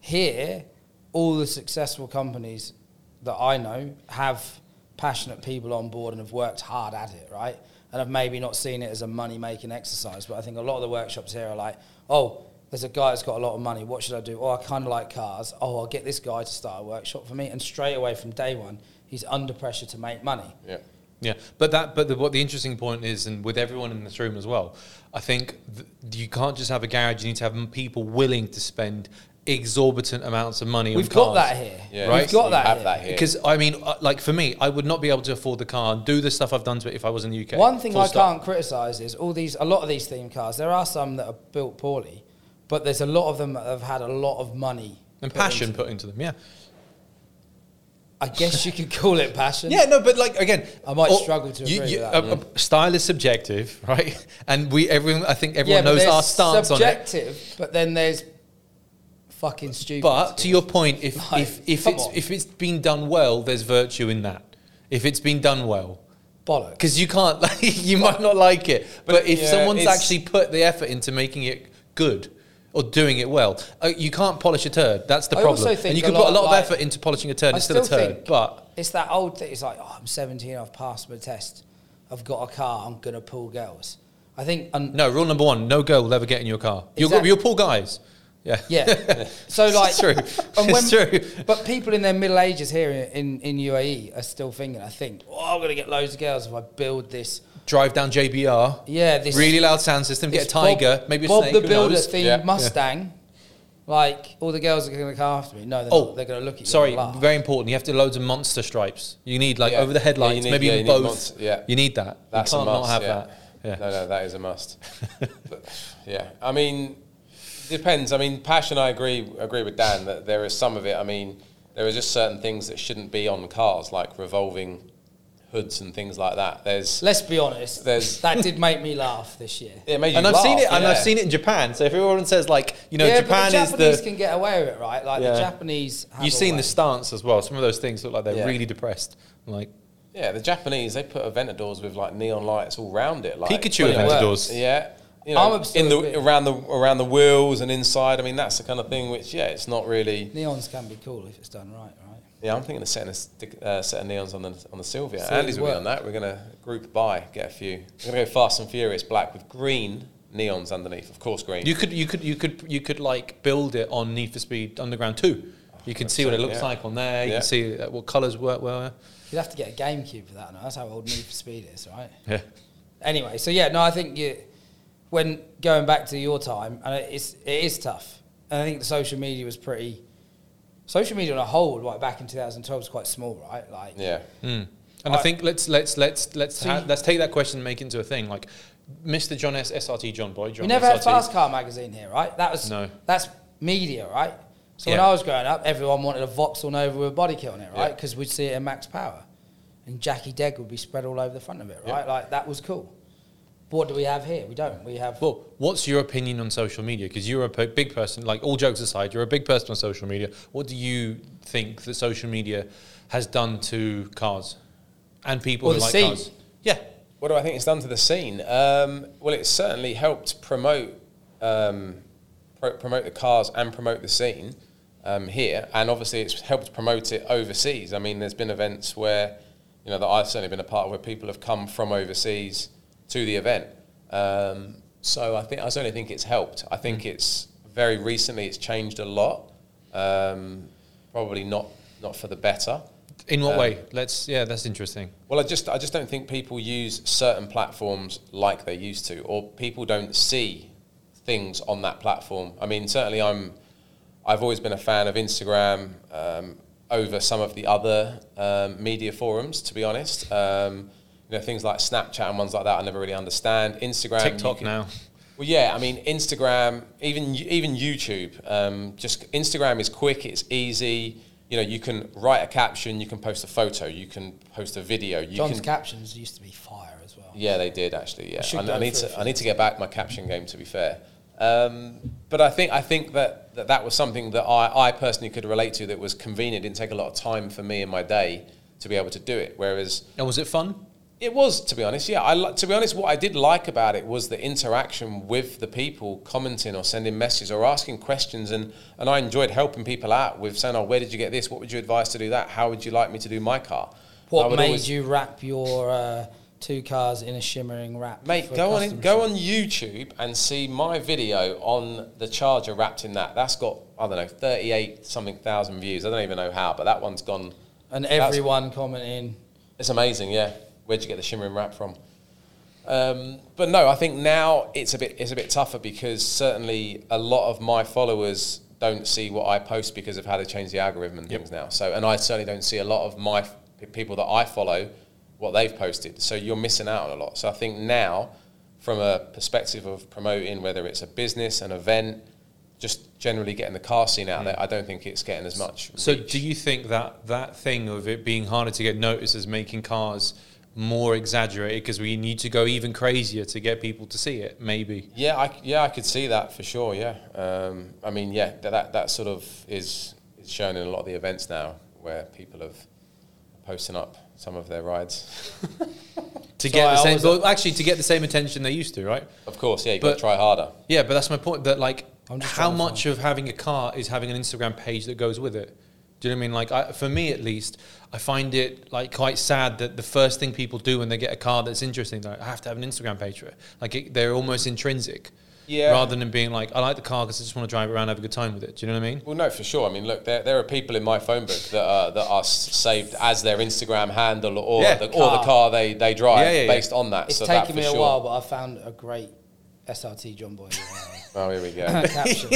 Speaker 2: Here, all the successful companies that I know have passionate people on board and have worked hard at it, right? And have maybe not seen it as a money making exercise, but I think a lot of the workshops here are like, oh, there's a guy that's got a lot of money. What should I do? Oh, I kind of like cars. Oh, I'll get this guy to start a workshop for me. And straight away from day one, he's under pressure to make money.
Speaker 3: yeah.
Speaker 1: Yeah, but that, but the, what the interesting point is, and with everyone in this room as well, I think th- you can't just have a garage. You need to have m- people willing to spend exorbitant amounts of money.
Speaker 2: We've
Speaker 1: on
Speaker 2: got
Speaker 1: cars.
Speaker 2: that here.
Speaker 3: Yeah.
Speaker 1: Right.
Speaker 2: We've got
Speaker 3: You
Speaker 2: that
Speaker 3: have
Speaker 2: here.
Speaker 3: that here.
Speaker 1: Because I mean, uh, like for me, I would not be able to afford the car and do the stuff I've done to it if I was in the UK.
Speaker 2: One thing
Speaker 1: Full
Speaker 2: I
Speaker 1: stop.
Speaker 2: can't criticise is all these, a lot of these theme cars. There are some that are built poorly, but there's a lot of them that have had a lot of money
Speaker 1: and
Speaker 2: put into
Speaker 1: passion put into them. Yeah,
Speaker 2: I guess you could call it passion.
Speaker 1: yeah, no, but like again,
Speaker 2: I might
Speaker 1: all-
Speaker 2: struggle to agree with that.
Speaker 1: uh, uh, Style is subjective, right? And we, everyone, I think everyone
Speaker 2: but
Speaker 1: knows
Speaker 2: there's
Speaker 1: our stance on it.
Speaker 2: subjective, but then there's fucking stupid.
Speaker 1: But to your point, if
Speaker 2: Like,
Speaker 1: if, if
Speaker 2: come
Speaker 1: it's
Speaker 2: on.
Speaker 1: if it's been done well, there's virtue in that. If it's been done well,
Speaker 2: bollocks.
Speaker 1: because you can't, like, you might not like it, but, if
Speaker 3: yeah,
Speaker 1: someone's
Speaker 3: it's-
Speaker 1: actually put the effort into making it good or doing it well, uh, you can't polish a turd. That's the
Speaker 2: I
Speaker 1: problem.
Speaker 2: also think
Speaker 1: and you
Speaker 2: a
Speaker 1: can
Speaker 2: lot
Speaker 1: put a lot
Speaker 2: like-
Speaker 1: of effort into polishing a turd.
Speaker 2: I
Speaker 1: It's still,
Speaker 2: still
Speaker 1: a turd,
Speaker 2: think-
Speaker 1: but
Speaker 2: It's that old thing. It's like, oh, I'm 17. I've passed my test. I've got a car. I'm gonna pull girls. I think. And
Speaker 1: no. Rule number one: no girl will ever get in your car. You'll,
Speaker 2: Exact-
Speaker 1: you'll pull guys. Yeah.
Speaker 2: Yeah. so like,
Speaker 1: It's true.
Speaker 2: and
Speaker 1: It's true.
Speaker 2: But people in their middle ages here in, in, in UAE are still thinking. I think, oh, I'm gonna get loads of girls if I build this.
Speaker 1: Drive down JBR.
Speaker 2: Yeah, this
Speaker 1: really loud sound system. Get a
Speaker 2: this
Speaker 1: tiger.
Speaker 2: Bob,
Speaker 1: maybe a
Speaker 2: Bob
Speaker 1: snake.
Speaker 2: the
Speaker 1: who
Speaker 2: Builder
Speaker 1: knows?
Speaker 2: themed
Speaker 3: Yeah.
Speaker 2: Mustang. Like all the girls are gonna look after me. No, they're
Speaker 1: Oh,
Speaker 2: not. They're gonna look at you.
Speaker 1: Sorry,
Speaker 2: and laugh.
Speaker 1: very important. You have to do loads of monster stripes. You need like
Speaker 3: Yeah.
Speaker 1: over the
Speaker 3: Yeah, you
Speaker 1: headlights,
Speaker 3: need-
Speaker 1: maybe
Speaker 3: yeah,
Speaker 1: even
Speaker 3: you need
Speaker 1: both.
Speaker 3: monster- yeah.
Speaker 1: You need that.
Speaker 3: That's
Speaker 1: you
Speaker 3: a
Speaker 1: can't
Speaker 3: must.
Speaker 1: not have
Speaker 3: yeah.
Speaker 1: that. Yeah.
Speaker 3: No, no, that is a must. But, yeah, I mean, depends. I mean, passion. I agree. Agree with Dan that there is some of it. I mean, there are just certain things that shouldn't be on cars, like revolving hoods and things like that. There's
Speaker 2: Let's be honest.
Speaker 3: There's-
Speaker 2: that did make me laugh this year.
Speaker 3: it made you
Speaker 1: And I've seen it.
Speaker 3: laugh,
Speaker 1: And I've
Speaker 3: yeah.
Speaker 1: seen it in Japan. So if everyone says like, you know,
Speaker 2: yeah,
Speaker 1: Japan
Speaker 2: but the
Speaker 1: is
Speaker 2: Japanese
Speaker 1: the
Speaker 2: can get away with it, right? Like
Speaker 1: Yeah.
Speaker 2: the Japanese. have
Speaker 1: You've
Speaker 2: a
Speaker 1: seen
Speaker 2: way.
Speaker 1: the stance as well. Some of those things look like they're
Speaker 3: Yeah.
Speaker 1: really depressed. Like
Speaker 3: Yeah, the Japanese they put Aventadors with like neon lights all round it, like
Speaker 1: Pikachu
Speaker 2: Well, it
Speaker 1: Aventadors.
Speaker 3: Yeah. You
Speaker 2: I'm
Speaker 3: know, in
Speaker 2: obsessed with-
Speaker 3: the around the around the wheels and inside. I mean, that's the kind of thing which, yeah, it's not really.
Speaker 2: Neons can be cool if it's done right, right?
Speaker 3: Yeah, I'm thinking of setting a stick, uh, set of neons on the on the Sylvia.
Speaker 2: See,
Speaker 3: Andy's
Speaker 2: it
Speaker 3: with me
Speaker 2: worked.
Speaker 3: on that. We're gonna group buy, get a few. We're gonna go Fast and Furious black with green neons underneath. Of course, green.
Speaker 1: You could, you could, you could, you could like build it on Need for Speed Underground Two. You can see what it looks
Speaker 3: yeah.
Speaker 1: like on there. You
Speaker 3: Yeah.
Speaker 1: can see uh, what colours work well.
Speaker 2: You'd have to get a GameCube for that. No? That's how old Need for Speed is, right?
Speaker 1: Yeah.
Speaker 2: Anyway, so yeah, no, I think you, when going back to your time, and it's it is tough, and I think the social media was pretty. Social media on a whole, like back in 2012, was quite small, right? Like,
Speaker 3: yeah.
Speaker 1: And I,
Speaker 2: I-
Speaker 1: think let's let's let's let's
Speaker 2: So
Speaker 1: ha-
Speaker 2: you-
Speaker 1: let's take that question and make it into a thing. Like Mr. John S. SRT John Boy. John
Speaker 2: we never
Speaker 1: SRT.
Speaker 2: had Fast Car magazine here, right? That was
Speaker 1: No.
Speaker 2: That's media, right? So when
Speaker 1: Yeah.
Speaker 2: I was growing up, everyone wanted a Vauxhall Nova with a body kit on it, right?
Speaker 3: Yeah.
Speaker 2: Because we'd see it in Max Power, and Jackie Degg would be spread all over the front of it, right? Like that was cool. But what do we have here? We don't. We have
Speaker 1: Well, what's your opinion on social media? Because you're a p- big person. Like all jokes aside, you're a big person on social media. What do you think that social media has done to cars and people
Speaker 2: Or
Speaker 1: who
Speaker 2: the
Speaker 1: like
Speaker 2: scene.
Speaker 1: cars? Yeah.
Speaker 3: What do I think it's done to the scene? Um, well, it certainly helped promote um, pro- promote the cars and promote the scene um, here, and obviously it's helped promote it overseas. I mean, there's been events where you know that I've certainly been a part of where people have come from overseas to the event. Um, so I think I certainly think it's helped. I think it's very recently it's changed a lot. Um, probably not not for the better.
Speaker 1: In what way? Let's. Yeah, that's interesting.
Speaker 3: Well, I just I just don't think people use certain platforms like they used to, or people don't see things on that platform. I mean, certainly I'm. I've always been a fan of Instagram um, over some of the other um, media forums, to be honest. Um, you know, things like Snapchat and ones like that, I never really understand. Instagram, you
Speaker 1: TikTok
Speaker 3: can-
Speaker 1: now.
Speaker 3: well, yeah, I mean, Instagram, even even YouTube, um, just Instagram is quick, it's easy. You know, you can write a caption, you can post a photo, you can post a video. You
Speaker 2: John's
Speaker 3: can,
Speaker 2: captions used to be fire as well.
Speaker 3: yeah, they did actually. Yeah,
Speaker 2: should
Speaker 3: I,
Speaker 2: go
Speaker 3: I need
Speaker 2: for a
Speaker 3: to.
Speaker 2: few.
Speaker 3: I need to get back my caption game. To be fair, um, but I think I think that, that that was something that I, I personally could relate to. That was convenient. Didn't take a lot of time for me in my day to be able to do it. Whereas
Speaker 1: And was it fun?
Speaker 3: it was, to be honest. Yeah, I li- to be honest, what I did like about it was the interaction with the people commenting or sending messages or asking questions, and and I enjoyed helping people out with saying, "Oh, where did you get this? What would you advise to do that? How would you like me to do my car?" I
Speaker 2: What
Speaker 3: would
Speaker 2: made
Speaker 3: always-
Speaker 2: you wrap your uh, two cars in a shimmering wrap?
Speaker 3: Mate,
Speaker 2: for a
Speaker 3: go on
Speaker 2: custom
Speaker 3: go
Speaker 2: shop?
Speaker 3: on YouTube and see my video on the charger wrapped in that. That's got I don't know thirty eight something thousand views. I don't even know how, but that one's gone.
Speaker 2: And
Speaker 3: That's-
Speaker 2: everyone commenting.
Speaker 3: It's amazing, yeah. Where'd you get the shimmering wrap from? Um, but no, I think now it's a bit it's a bit tougher because certainly a lot of my followers don't see what I post because of how they change the algorithm and things now. So and I certainly don't see a lot of my f- people that I follow what they've posted. So you're missing out on a lot. So I think now, from a perspective of promoting whether it's a business, an event, just generally getting the car scene out there, I don't think it's getting as much.
Speaker 1: So,
Speaker 3: reach.
Speaker 1: do you think that that thing of it being harder to get noticed is making cars more exaggerated because we need to go even crazier to get people to see it? Maybe.
Speaker 3: Yeah, I, yeah, I could see that for sure. Yeah, um, I mean, yeah, that, that that sort of is is shown in a lot of the events now where people have posting up some of their rides.
Speaker 1: to
Speaker 2: So
Speaker 1: get
Speaker 2: I
Speaker 1: the same.
Speaker 2: always-
Speaker 1: Well, actually, to get the same attention they used to, right?
Speaker 3: Of course, yeah, you got
Speaker 1: But-
Speaker 3: to try harder.
Speaker 1: Yeah, but that's my point. That like,
Speaker 2: I'm just
Speaker 1: how
Speaker 2: trying to
Speaker 1: much of having a car is having an Instagram page that goes with it? Do you know what I mean? Like, I, for me at least, I find it like quite sad that the first thing people do when they get a car that's interesting, they're like, I have to have an Instagram page for it. Like, it, they're almost intrinsic.
Speaker 3: Yeah.
Speaker 1: rather than being like, I like the car because I just want to drive it around, and have a good time with it. Do you know what I mean?
Speaker 3: Well, no, for sure. I mean, look, there, there are people in my phone book that are, that are s- saved as their Instagram handle or,
Speaker 1: Yeah.
Speaker 3: the, or the
Speaker 2: Car.
Speaker 3: car they, they drive
Speaker 1: Yeah, yeah, yeah.
Speaker 3: based on that.
Speaker 2: It's
Speaker 3: so that
Speaker 2: taken
Speaker 3: for
Speaker 2: me a
Speaker 3: sure.
Speaker 2: while, but I found a great SRT John Boy
Speaker 3: Oh, here we go.
Speaker 2: uh, caption.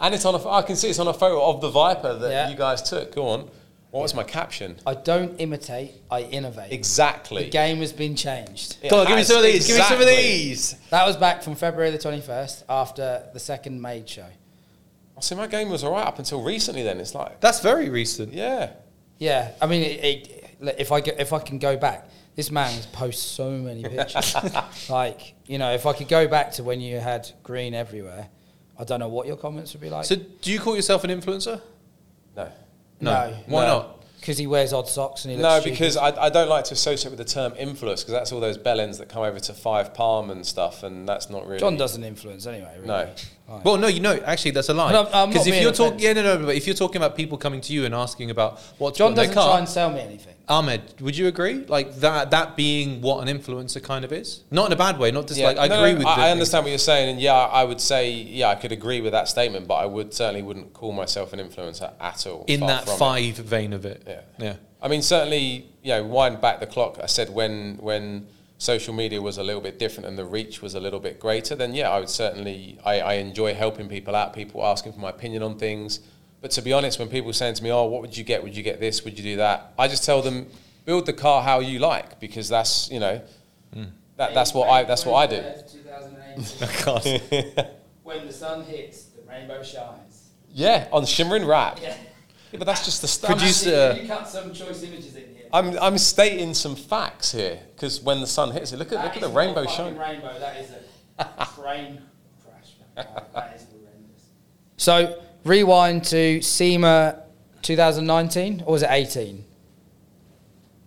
Speaker 3: and it's on a, I can see it's on a photo of the Viper that
Speaker 2: Yeah.
Speaker 3: you guys took. Go on. What was my caption?
Speaker 2: I don't imitate, I innovate. The
Speaker 3: Exactly.
Speaker 2: game has been changed.
Speaker 3: It
Speaker 1: Go on, give me
Speaker 3: has-
Speaker 1: some of these. Give me some of
Speaker 3: exactly.
Speaker 1: these.
Speaker 2: That was back from February the 21st after the second maid show.
Speaker 3: I see my game was all right up until recently then. It's like,
Speaker 1: That's very recent.
Speaker 3: yeah.
Speaker 2: Yeah, I mean, it, it, like, if I go, if I can go back, this man has posted so many pictures. like, you know, if I could go back to when you had green everywhere, I don't know what your comments would be like.
Speaker 1: So, do you call yourself an influencer?
Speaker 3: No.
Speaker 2: No.
Speaker 1: Why
Speaker 3: No.
Speaker 1: not?
Speaker 2: because he wears odd socks and he looks
Speaker 3: No,
Speaker 2: stupid.
Speaker 3: because I, I don't like to associate with the term influence because that's all those bellends that come over to Five Palm and stuff, and that's not really.
Speaker 2: John doesn't influence anyway. Really.
Speaker 3: No.
Speaker 2: Like-
Speaker 1: Well, no, you know, actually, that's a lie.
Speaker 2: No, I'm- I'm
Speaker 1: Because
Speaker 2: not
Speaker 1: if
Speaker 2: being
Speaker 1: you're talking,
Speaker 2: offensive.
Speaker 1: yeah, no, no, but if you're talking about people coming to you and asking about what
Speaker 2: John
Speaker 1: their
Speaker 2: doesn't
Speaker 1: car,
Speaker 2: try and sell me anything.
Speaker 1: Ahmed, would you agree? Like that, that being what an influencer kind of is, not in a bad way, not just like I
Speaker 3: No, no,
Speaker 1: agree with.
Speaker 3: I,
Speaker 1: the-
Speaker 3: I understand what you're saying, and yeah, I would say yeah, I could agree with that statement, but I would certainly wouldn't call myself an influencer at all.
Speaker 1: in
Speaker 3: far
Speaker 1: that
Speaker 3: from it.
Speaker 1: five vein of it.
Speaker 3: Yeah.
Speaker 1: yeah.
Speaker 3: I mean, certainly, you know, wind back the clock. I said when when social media was a little bit different and the reach was a little bit greater, then yeah, I would certainly I, I enjoy helping people out, people asking for my opinion on things. But to be honest, when people saying to me, "Oh, what would you get? Would you get this? Would you do that?" I just tell them, "Build the car how you like," because that's you know, that, that's what I that's what I do.
Speaker 2: 2008, when the sun hits, the rainbow shines.
Speaker 3: Yeah, on shimmering wrap. Yeah. but that's just the stuff.
Speaker 1: Produce- Producer-
Speaker 2: You cut some choice images in here.
Speaker 3: I'm, I'm stating some facts here because when the sun hits it, look at
Speaker 2: That
Speaker 3: look at
Speaker 2: is
Speaker 3: the
Speaker 2: not
Speaker 3: rainbow
Speaker 2: fucking
Speaker 3: shine.
Speaker 2: Rainbow, that is a train crash. That is horrendous. So rewind to SEMA 2019 or was it 18?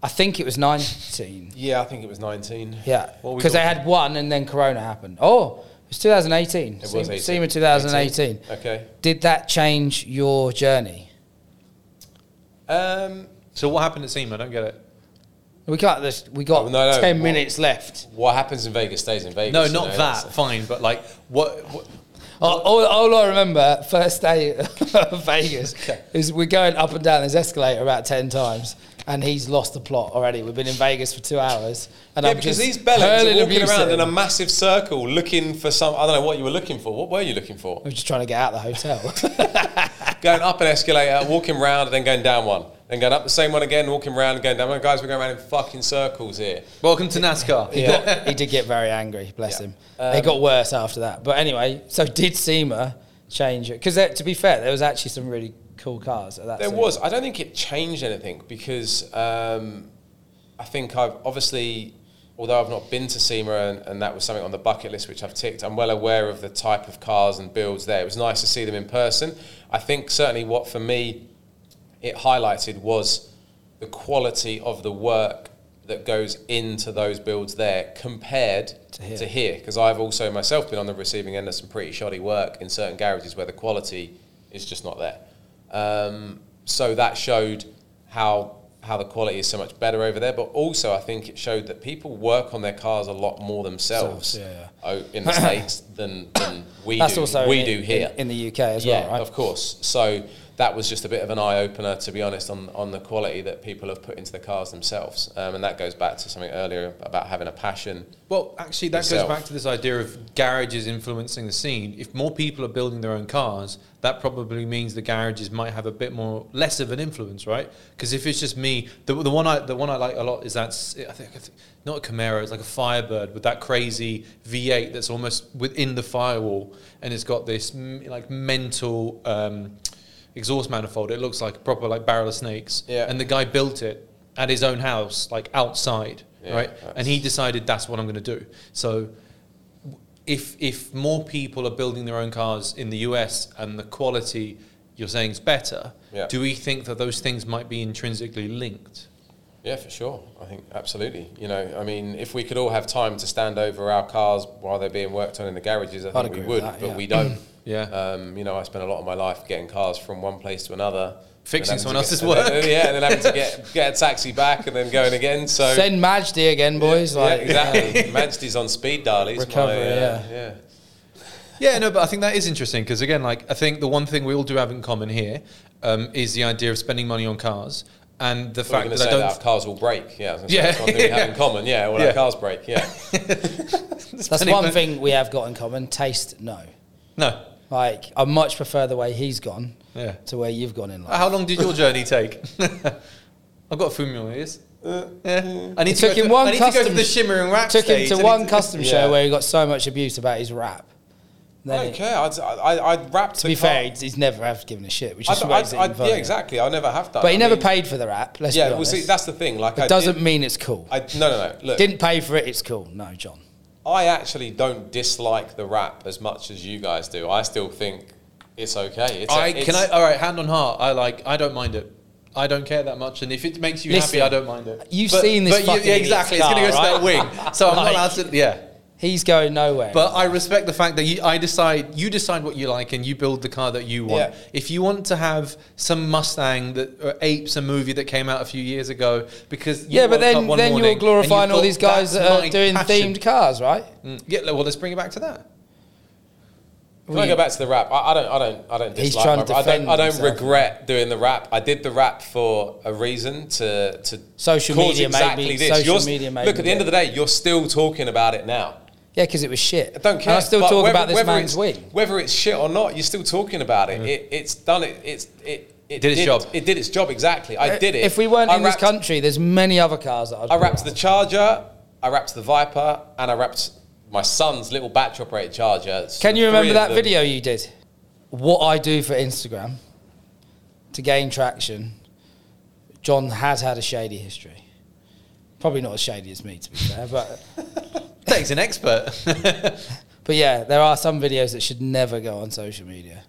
Speaker 2: I think it was 19.
Speaker 3: Yeah, I think it was 19.
Speaker 2: Yeah,
Speaker 1: What we
Speaker 2: because they
Speaker 1: got-
Speaker 2: had one and then Corona happened. Oh, it was 2018.
Speaker 3: It was
Speaker 2: SEMA,
Speaker 3: 18.
Speaker 2: SEMA 2018.
Speaker 3: Okay.
Speaker 2: Did that change your journey?
Speaker 3: Um,
Speaker 1: So what happened at SEMA? I don't get it.
Speaker 2: We got this. We got
Speaker 3: Oh, no, no,
Speaker 2: ten
Speaker 3: what-
Speaker 2: minutes left.
Speaker 3: what happens in Vegas stays in Vegas.
Speaker 1: No,
Speaker 3: you know,
Speaker 1: not
Speaker 3: that's-
Speaker 1: that. Fine, but like what? what
Speaker 2: All, all, all I remember first day of Vegas
Speaker 3: Okay.
Speaker 2: is we're going up and down this escalator about ten times, and he's lost the plot already. We've been in Vegas for two hours, and
Speaker 3: Yeah,
Speaker 2: I'm
Speaker 3: because
Speaker 2: just
Speaker 3: these bellends
Speaker 2: hurling
Speaker 3: are walking
Speaker 2: abuse at
Speaker 3: around in
Speaker 2: him.
Speaker 3: a massive circle looking for some. I don't know what you were looking for. What were you looking for?
Speaker 2: I'm just trying to get out of the hotel.
Speaker 3: going up an escalator, walking round, and then going down one. Then going up the same one again, walking round, and going down one. Guys, we're going around in fucking circles here.
Speaker 1: welcome to NASCAR.
Speaker 2: he, got, he did get very angry. Bless
Speaker 3: Yeah. Um,
Speaker 2: him. it got worse after that. But anyway, so did SEMA change it? Because to be fair, there was actually some really cool cars at that.
Speaker 3: There
Speaker 2: SEMA.
Speaker 3: was. I don't think it changed anything because um, I think I've obviously, although I've not been to SEMA and, and that was something on the bucket list which I've ticked, I'm well aware of the type of cars and builds there. It was nice to see them in person. I think certainly what for me it highlighted was the quality of the work that goes into those builds there compared
Speaker 2: To here.
Speaker 3: to here. Because I've also myself been on the receiving end of some pretty shoddy work in certain garages where the quality is just not there. Um, so that showed how how the quality is so much better over there. But also, I think it showed that people work on their cars a lot more themselves
Speaker 2: Selves, yeah,
Speaker 3: o- in the states than, than we
Speaker 2: That's
Speaker 3: do.
Speaker 2: also
Speaker 3: we
Speaker 2: in,
Speaker 3: do here
Speaker 2: in, in the UK as well, right?
Speaker 3: of course. So that was just a bit of an eye opener, to be honest, on, on the quality that people have put into the cars themselves. Um, and that goes back to something earlier about having a passion.
Speaker 1: Well, actually, that
Speaker 3: Yourself.
Speaker 1: goes back to this idea of garages influencing the scene. If more people are building their own cars, that probably means the garages might have a bit more less of an influence, right? Because if it's just me, the, the one I the one I like a lot is that s- I think I think- not a Camaro, it's like a Firebird with that crazy V8 that's almost within the firewall, and it's got this m- like mental. Um, exhaust manifold it looks like proper like barrel of snakes
Speaker 3: Yeah.
Speaker 1: and the guy built it at his own house like outside
Speaker 3: Yeah,
Speaker 1: right
Speaker 3: that's-
Speaker 1: and he decided that's what I'm going to do. So if if more people are building their own cars in the US and the quality you're saying is better,
Speaker 3: Yeah.
Speaker 1: do we think that those things might be intrinsically linked?
Speaker 3: Yeah, for sure. I think absolutely. You know, I mean, if we could all have time to stand over our cars while they're being worked on in the garages, I think we
Speaker 2: agree with
Speaker 3: would,
Speaker 2: that,
Speaker 3: but
Speaker 2: yeah.
Speaker 3: we don't.
Speaker 1: Yeah.
Speaker 3: Um, you know, I spent a lot of my life getting cars from one place to another.
Speaker 1: Fixing
Speaker 3: then having to
Speaker 1: someone
Speaker 3: get-
Speaker 1: else's
Speaker 3: and then-
Speaker 1: work.
Speaker 3: yeah, and then having to get, get a taxi back and then going again. So
Speaker 2: Send Majdi again, boys.
Speaker 3: Yeah,
Speaker 2: like,
Speaker 3: exactly. Manchester on speed dial. He's
Speaker 2: Recovery,
Speaker 3: my, uh,
Speaker 2: yeah.
Speaker 3: yeah.
Speaker 1: Yeah, no, but I think that is interesting because again, like I think the one thing we all do have in common here um, is the idea of spending money on cars and the fact
Speaker 3: Fact going
Speaker 1: that
Speaker 3: to
Speaker 1: I
Speaker 3: say
Speaker 1: don't.
Speaker 3: that our cars will break. Yeah, I was gonna say,
Speaker 1: Yeah.
Speaker 3: that's one thing we have in common. Yeah, well,
Speaker 1: Yeah.
Speaker 3: our cars break. Yeah,
Speaker 2: That's
Speaker 1: Spending
Speaker 2: one
Speaker 1: money-
Speaker 2: thing we have got in common. Taste, no.
Speaker 1: No.
Speaker 2: Like I much prefer the way he's gone
Speaker 1: Yeah.
Speaker 2: to where you've gone in life.
Speaker 1: How long did your journey take? I've got a fume in my ears.
Speaker 3: Uh,
Speaker 1: yeah. I need
Speaker 2: It
Speaker 1: to
Speaker 2: took
Speaker 1: go
Speaker 2: him
Speaker 1: to-
Speaker 2: one
Speaker 1: I need to go to
Speaker 2: custom-
Speaker 1: the shimmer and wax
Speaker 2: Took him
Speaker 1: stage. I
Speaker 2: to
Speaker 1: need
Speaker 2: one custom
Speaker 3: yeah.
Speaker 2: show where he got so much abuse about his rap.
Speaker 3: I
Speaker 2: Then
Speaker 3: don't
Speaker 2: it-
Speaker 3: care. I'd, I, I- I'd wrap
Speaker 2: to be fair, he's, he's never have given a shit, which
Speaker 3: i
Speaker 2: is raising
Speaker 3: i
Speaker 2: value.
Speaker 3: yeah, exactly. I never have done.
Speaker 2: But he
Speaker 3: I
Speaker 2: never
Speaker 3: mean,
Speaker 2: paid for the rap. Let's be
Speaker 3: Yeah, well,
Speaker 2: honest.
Speaker 3: see, that's the thing. Like, I
Speaker 2: it doesn't
Speaker 3: did-
Speaker 2: mean it's cool.
Speaker 3: I no, no, no. Look,
Speaker 2: Didn't pay for it. It's cool. No, John.
Speaker 3: I actually don't dislike the rap as much as you guys do. I still think it's okay. It's a-
Speaker 1: I
Speaker 3: it's-
Speaker 1: can I uh, all right hand on heart I like I don't mind it I don't care that much and if it makes you
Speaker 2: Listen,
Speaker 1: happy I don't mind it
Speaker 2: you've seen this fucking
Speaker 1: yeah, exactly it's gonna go
Speaker 2: idiot's
Speaker 1: to that wing so I'm
Speaker 2: Like-
Speaker 1: not allowed to yeah
Speaker 2: He's going nowhere.
Speaker 1: but I respect the fact that you I decide you decide what you like and you build the car that you want
Speaker 3: Yeah.
Speaker 1: if you want to have some Mustang that or apes a movie that came out a few years ago because you
Speaker 2: yeah, but
Speaker 1: woke up
Speaker 2: then
Speaker 1: one
Speaker 2: then
Speaker 1: morning
Speaker 2: you're
Speaker 1: and
Speaker 2: glorifying all
Speaker 1: thought,
Speaker 2: these guys
Speaker 1: "That's
Speaker 2: that are
Speaker 1: my
Speaker 2: doing
Speaker 1: passion."
Speaker 2: themed cars, right?
Speaker 1: Mm, yeah well let's bring it back to that
Speaker 3: Can I go back to the rap? I, I don't, I don't, I don't
Speaker 2: He's
Speaker 3: dislike.
Speaker 2: trying
Speaker 3: my-
Speaker 2: to
Speaker 3: I don't,
Speaker 2: defend
Speaker 3: I don't
Speaker 2: himself.
Speaker 3: regret doing the rap. I did the rap for a reason to to
Speaker 2: Social
Speaker 3: cause
Speaker 2: media made me-
Speaker 3: exactly this.
Speaker 2: social
Speaker 3: You're s-
Speaker 2: media made
Speaker 3: look,
Speaker 2: me
Speaker 3: at the end
Speaker 2: do
Speaker 3: of the day, you're still talking about it now.
Speaker 2: Yeah, because it was shit.
Speaker 3: I don't care.
Speaker 2: And I still
Speaker 3: But
Speaker 2: talk
Speaker 3: whether-
Speaker 2: about this
Speaker 3: whether
Speaker 2: man's Mm.
Speaker 3: it's-
Speaker 2: wing.
Speaker 3: Whether it's shit or not, you're still talking about it. it it's done it. It's it. It
Speaker 1: Did its job.
Speaker 3: It did its job exactly. I did
Speaker 2: Eh,
Speaker 3: it.
Speaker 2: Uh, If we weren't
Speaker 3: I
Speaker 2: in this
Speaker 3: rapped-
Speaker 2: country, there's many other cars that I'd.
Speaker 3: I
Speaker 2: pull
Speaker 3: wrapped
Speaker 2: out.
Speaker 3: the Charger, I wrapped the Viper, and I wrapped my son's little batch operated Charger. It's
Speaker 2: Can you
Speaker 3: three
Speaker 2: remember
Speaker 3: of
Speaker 2: that
Speaker 3: them.
Speaker 2: video you did? What I do for Instagram to gain traction. John has had a shady history. Probably not as shady as me, to be fair, but
Speaker 1: takes an expert
Speaker 2: but yeah, there are some videos that should never go on social media.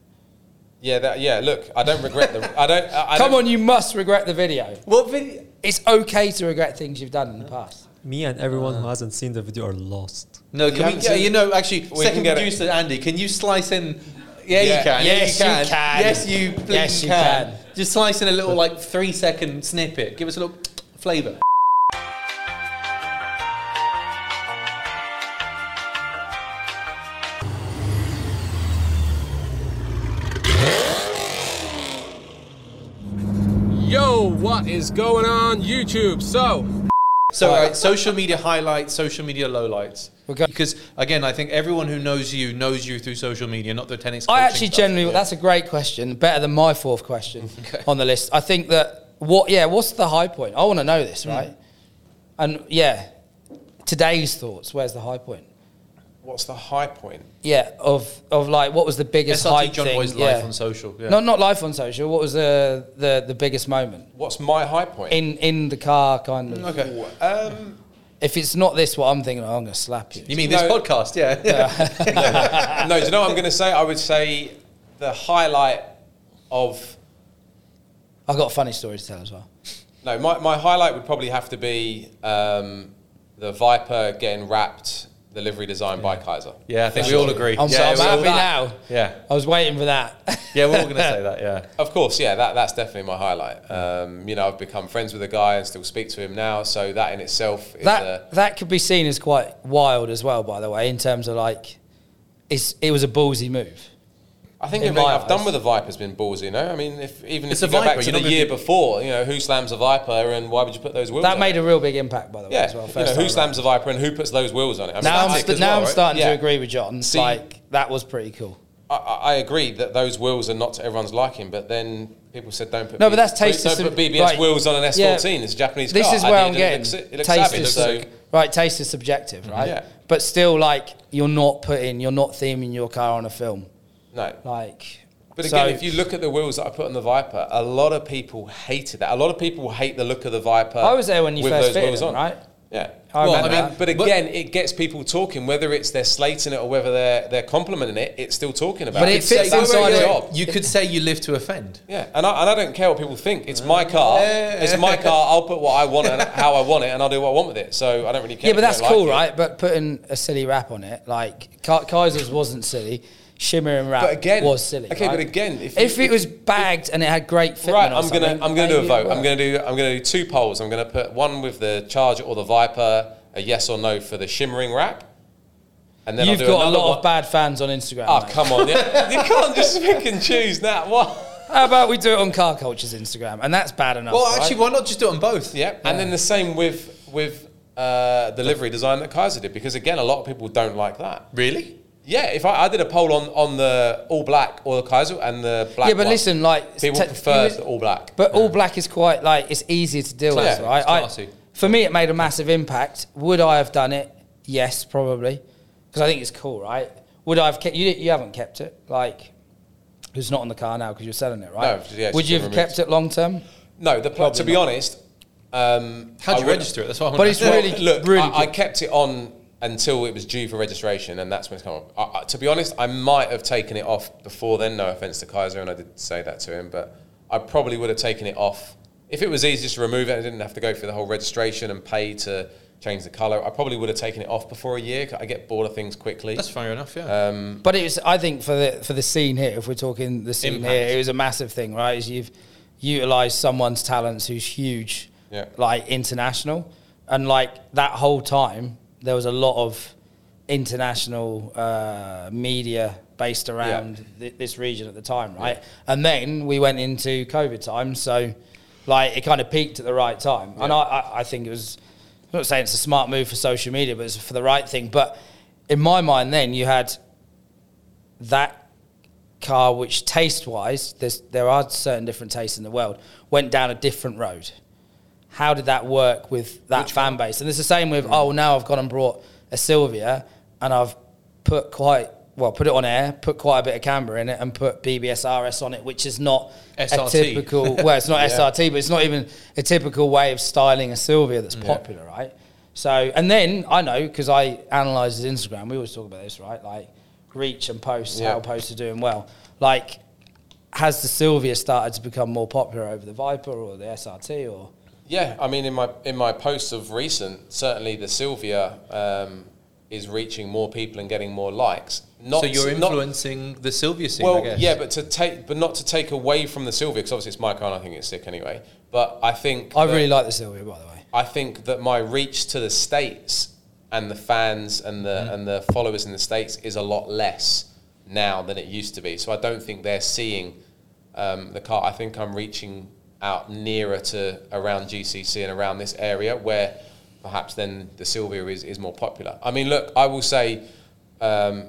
Speaker 3: Yeah, that, yeah. Look, I don't regret the. I don't. I, I
Speaker 2: Come
Speaker 3: don't,
Speaker 2: on, you must regret the video.
Speaker 1: what video
Speaker 2: It's okay to regret things you've done in the past.
Speaker 4: Me and everyone who hasn't seen the video are lost.
Speaker 1: No,
Speaker 3: You
Speaker 1: can
Speaker 3: haven't
Speaker 1: we? Yeah,
Speaker 3: seen-
Speaker 1: you know, actually,
Speaker 3: We
Speaker 1: second
Speaker 3: can get it.
Speaker 1: producer Andy, can you slice in? Yeah,
Speaker 3: Yeah.
Speaker 1: you can.
Speaker 2: Yes, you
Speaker 1: yeah, you can.
Speaker 2: can.
Speaker 1: Yes, you. bleeding
Speaker 2: Yes, you
Speaker 1: can.
Speaker 2: can.
Speaker 1: Just slice in a little like three second snippet. Give us a little flavour.
Speaker 5: Yo, what is going on YouTube? So,
Speaker 1: So, right, social media highlights, social media lowlights.
Speaker 2: We'll go-
Speaker 1: Because again, I think everyone who knows you knows you through social media, not the tennis.
Speaker 2: I
Speaker 1: coaching
Speaker 2: actually
Speaker 1: stuff.
Speaker 2: generally that's a great question, better than my fourth question on the list. I think that what yeah, what's the high point? I want to know
Speaker 1: Hmm.
Speaker 2: this, right? And yeah, today's thoughts. Where's the high point?
Speaker 3: What's the high point?
Speaker 2: Yeah, of of like what was the biggest high
Speaker 1: SRT John
Speaker 2: thing?
Speaker 1: Boy's
Speaker 2: yeah.
Speaker 1: life on social. Yeah.
Speaker 2: Not not life on social. What was the the the biggest moment
Speaker 3: What's my high point?
Speaker 2: in in the car kind of?
Speaker 1: okay.
Speaker 3: um,
Speaker 2: If it's not this, what I'm thinking, oh, I'm gonna slap you.
Speaker 1: You mean this
Speaker 3: No.
Speaker 1: podcast? Yeah.
Speaker 3: no, do you know what I'm going to say? I would say the highlight of
Speaker 2: I got a funny story to tell as well.
Speaker 3: No, my, my highlight would probably have to be um, the Viper getting wrapped, the livery design by Kaiser.
Speaker 1: yeah, I think we all agree.
Speaker 2: I'm,
Speaker 1: yeah,
Speaker 2: so, I'm
Speaker 1: we all-
Speaker 2: happy
Speaker 3: that.
Speaker 2: now.
Speaker 1: Yeah.
Speaker 2: I was waiting for that.
Speaker 1: Yeah, we're all going to say that. Yeah.
Speaker 3: Of course, yeah, that, that's definitely my highlight. Um, you know, I've become friends with the guy and still speak to him now, so that in itself is
Speaker 2: that
Speaker 3: a.
Speaker 2: that could be seen as quite wild as well, by the way, in terms of like, it's it was a ballsy move.
Speaker 3: I think
Speaker 2: in
Speaker 3: everything
Speaker 2: my
Speaker 3: I've done
Speaker 2: eyes.
Speaker 3: with the Viper has been ballsy, you know? I mean, if, even
Speaker 1: It's
Speaker 3: if
Speaker 1: a
Speaker 3: you go
Speaker 1: Viper,
Speaker 3: back to
Speaker 1: you're not
Speaker 3: the
Speaker 1: gonna
Speaker 3: year
Speaker 1: be-
Speaker 3: before, you know, who slams a Viper and why would you put those wheels
Speaker 2: That
Speaker 3: on
Speaker 2: made
Speaker 3: it?
Speaker 2: a real big impact, by the way.
Speaker 3: Yeah,
Speaker 2: as well,
Speaker 3: you
Speaker 2: first
Speaker 3: know, who
Speaker 2: time
Speaker 3: slams a Viper and who puts those wheels on it? I mean,
Speaker 2: now
Speaker 3: that's
Speaker 2: I'm,
Speaker 3: it
Speaker 2: st-
Speaker 3: as
Speaker 2: now
Speaker 3: well,
Speaker 2: I'm
Speaker 3: right?
Speaker 2: starting
Speaker 3: Yeah.
Speaker 2: to agree with John.
Speaker 3: See-
Speaker 2: like that was pretty cool.
Speaker 3: I, I I agree that those wheels are not to everyone's liking, but then people said don't put
Speaker 2: No, but that's taste
Speaker 3: Don't
Speaker 2: system-
Speaker 3: put BBS
Speaker 2: right.
Speaker 3: wheels on an S14.
Speaker 2: Yeah.
Speaker 3: It's a Japanese
Speaker 2: This
Speaker 3: car.
Speaker 2: is
Speaker 3: I
Speaker 2: where
Speaker 3: did,
Speaker 2: I'm
Speaker 3: and
Speaker 2: getting.
Speaker 3: It looks, it looks
Speaker 2: taste
Speaker 3: savage.
Speaker 2: is
Speaker 3: So Mm-hmm.
Speaker 2: right. Taste is subjective, right?
Speaker 3: Yeah.
Speaker 2: But still, like you're not putting, you're not theming your car on a film,
Speaker 3: no.
Speaker 2: like.
Speaker 3: But
Speaker 2: so-
Speaker 3: again, if you look at the wheels that I put on the Viper, a lot of people hated that. A lot of people hate the look of the Viper.
Speaker 2: I was there when you
Speaker 3: with
Speaker 2: first
Speaker 3: those
Speaker 2: fitted
Speaker 3: wheels
Speaker 2: them,
Speaker 3: on.
Speaker 2: right?
Speaker 3: Yeah.
Speaker 2: I
Speaker 3: well, I
Speaker 2: remember
Speaker 3: mean,
Speaker 2: that.
Speaker 3: but again, it gets people talking. Whether it's they're slating it or whether they're they're complimenting it, it's still talking about.
Speaker 2: But
Speaker 3: it
Speaker 2: it fits
Speaker 3: That's
Speaker 2: inside
Speaker 3: their
Speaker 2: it.
Speaker 3: job.
Speaker 1: You could say you live to offend.
Speaker 3: Yeah, and I, and I don't care what people think. It's my car. It's my car. I'll put what I want and how I want it, and I'll do what I want with it. So I don't really care.
Speaker 2: Yeah,
Speaker 3: if
Speaker 2: but
Speaker 3: you
Speaker 2: that's
Speaker 3: don't
Speaker 2: cool,
Speaker 3: like it.
Speaker 2: right? But putting a silly rap on it, like Ka- Kaiser's wasn't silly. Shimmer and rap
Speaker 3: But again-
Speaker 2: was silly.
Speaker 3: okay,
Speaker 2: right?
Speaker 3: but again, if
Speaker 2: if
Speaker 3: you-
Speaker 2: it was bagged and it had great fitment,
Speaker 3: Right,
Speaker 2: or
Speaker 3: I'm gonna
Speaker 2: something,
Speaker 3: I'm gonna do a
Speaker 2: maybe it
Speaker 3: vote. I'm
Speaker 2: worked.
Speaker 3: gonna do I'm gonna do two polls. I'm gonna put one with the Charger or the Viper, a yes or no for the shimmering wrap, And then I'll
Speaker 2: You've
Speaker 3: do
Speaker 2: got a
Speaker 3: another
Speaker 2: lot
Speaker 3: one.
Speaker 2: of bad fans on Instagram.
Speaker 3: Oh,
Speaker 2: mate.
Speaker 3: come on. You you can't just pick and choose that. What?
Speaker 2: How about we do it on Car Culture's Instagram? And that's bad enough.
Speaker 1: Well,
Speaker 2: right?
Speaker 1: actually, why not just do it on both?
Speaker 3: Yeah. And then the same with with uh, the livery design that Kaiser did, because again, a lot of people don't like that.
Speaker 1: Really?
Speaker 3: Yeah, if I, I did a poll on, on the all black or the Kaiser and the black.
Speaker 2: yeah, but
Speaker 3: one,
Speaker 2: listen, like
Speaker 3: people
Speaker 2: te-
Speaker 3: prefer
Speaker 2: you-
Speaker 3: the all black.
Speaker 2: But all black is quite like it's easier to deal
Speaker 3: Classy,
Speaker 2: with, right?
Speaker 3: it's
Speaker 2: I-
Speaker 3: classy.
Speaker 2: for me, it made a massive impact. Would I have done it? Yes, probably, because I think it's cool, right? Would I have kept you? You haven't kept it, like it's not on the car now because you're selling it, right?
Speaker 3: No, yeah, it's
Speaker 2: Would you
Speaker 3: been
Speaker 2: have
Speaker 3: removed.
Speaker 2: kept it long term?
Speaker 3: No, the pl- to be honest, um,
Speaker 1: How do
Speaker 3: I
Speaker 1: you
Speaker 3: would-
Speaker 1: register it? That's what I'm
Speaker 2: But it's
Speaker 1: wondering.
Speaker 2: really-
Speaker 3: look.
Speaker 2: really
Speaker 3: I, I kept it on until it was due for registration, and that's when it's come on. I, I, to be honest, I might have taken it off before then. No offense to Kaiser, and I did say that to him, but I probably would have taken it off if it was easy just to remove it. and I didn't have to go through the whole registration and pay to change the color. I probably would have taken it off before a year. 'cause I get bored of things quickly.
Speaker 1: That's fair enough, yeah.
Speaker 2: But it was, I think, for the for the scene here, if we're talking the scene
Speaker 1: Impact.
Speaker 2: here, it was a massive thing, right? Is you've utilized someone's talents who's huge,
Speaker 3: Yeah.
Speaker 2: like international, and like that whole time there was a lot of international uh, media based around thi- this region at the time, right? And then we went into COVID time, so like it kind of peaked at the right time, and I, I, I think it was. I'm not saying it's a smart move for social media, but it's for the right thing. But in my mind, then you had that car, which taste wise, there's, there are certain different tastes in the world, went down a different road. How did that work with that fan base? And it's the same with, oh, now I've gone and brought a Sylvia and I've put quite, well, put it on air, put quite a bit of camber in it and put BBS RS on it, which is not a
Speaker 1: SRT.
Speaker 2: typical, well, it's not SRT, but it's not even a typical way of styling a Sylvia that's popular, right? So, and then I know because I analyze his Instagram, we always talk about this, right? Like reach and posts,
Speaker 3: Yeah.
Speaker 2: how posts are doing well. Like, has the Sylvia started to become more popular over the Viper or the SRT or?
Speaker 3: Yeah, I mean, in my in my posts of recent, certainly the Sylvia um, is reaching more people and getting more likes. Not
Speaker 1: so you're
Speaker 3: not-
Speaker 1: influencing the Sylvia scene, I
Speaker 3: well,
Speaker 1: guess.
Speaker 3: yeah, but to take, but not to take away from the Sylvia, because obviously it's my car, and I think it's sick anyway. But I think
Speaker 2: I
Speaker 3: that-
Speaker 2: really like the Sylvia, by the way.
Speaker 3: I think that my reach to the states and the fans and the
Speaker 2: Mm-hmm.
Speaker 3: and the followers in the states is a lot less now than it used to be. So I don't think they're seeing um, the car. I think I'm reaching out nearer to around GCC and around this area where perhaps then the Silvia is, is more popular. I mean, look, I will say. Um,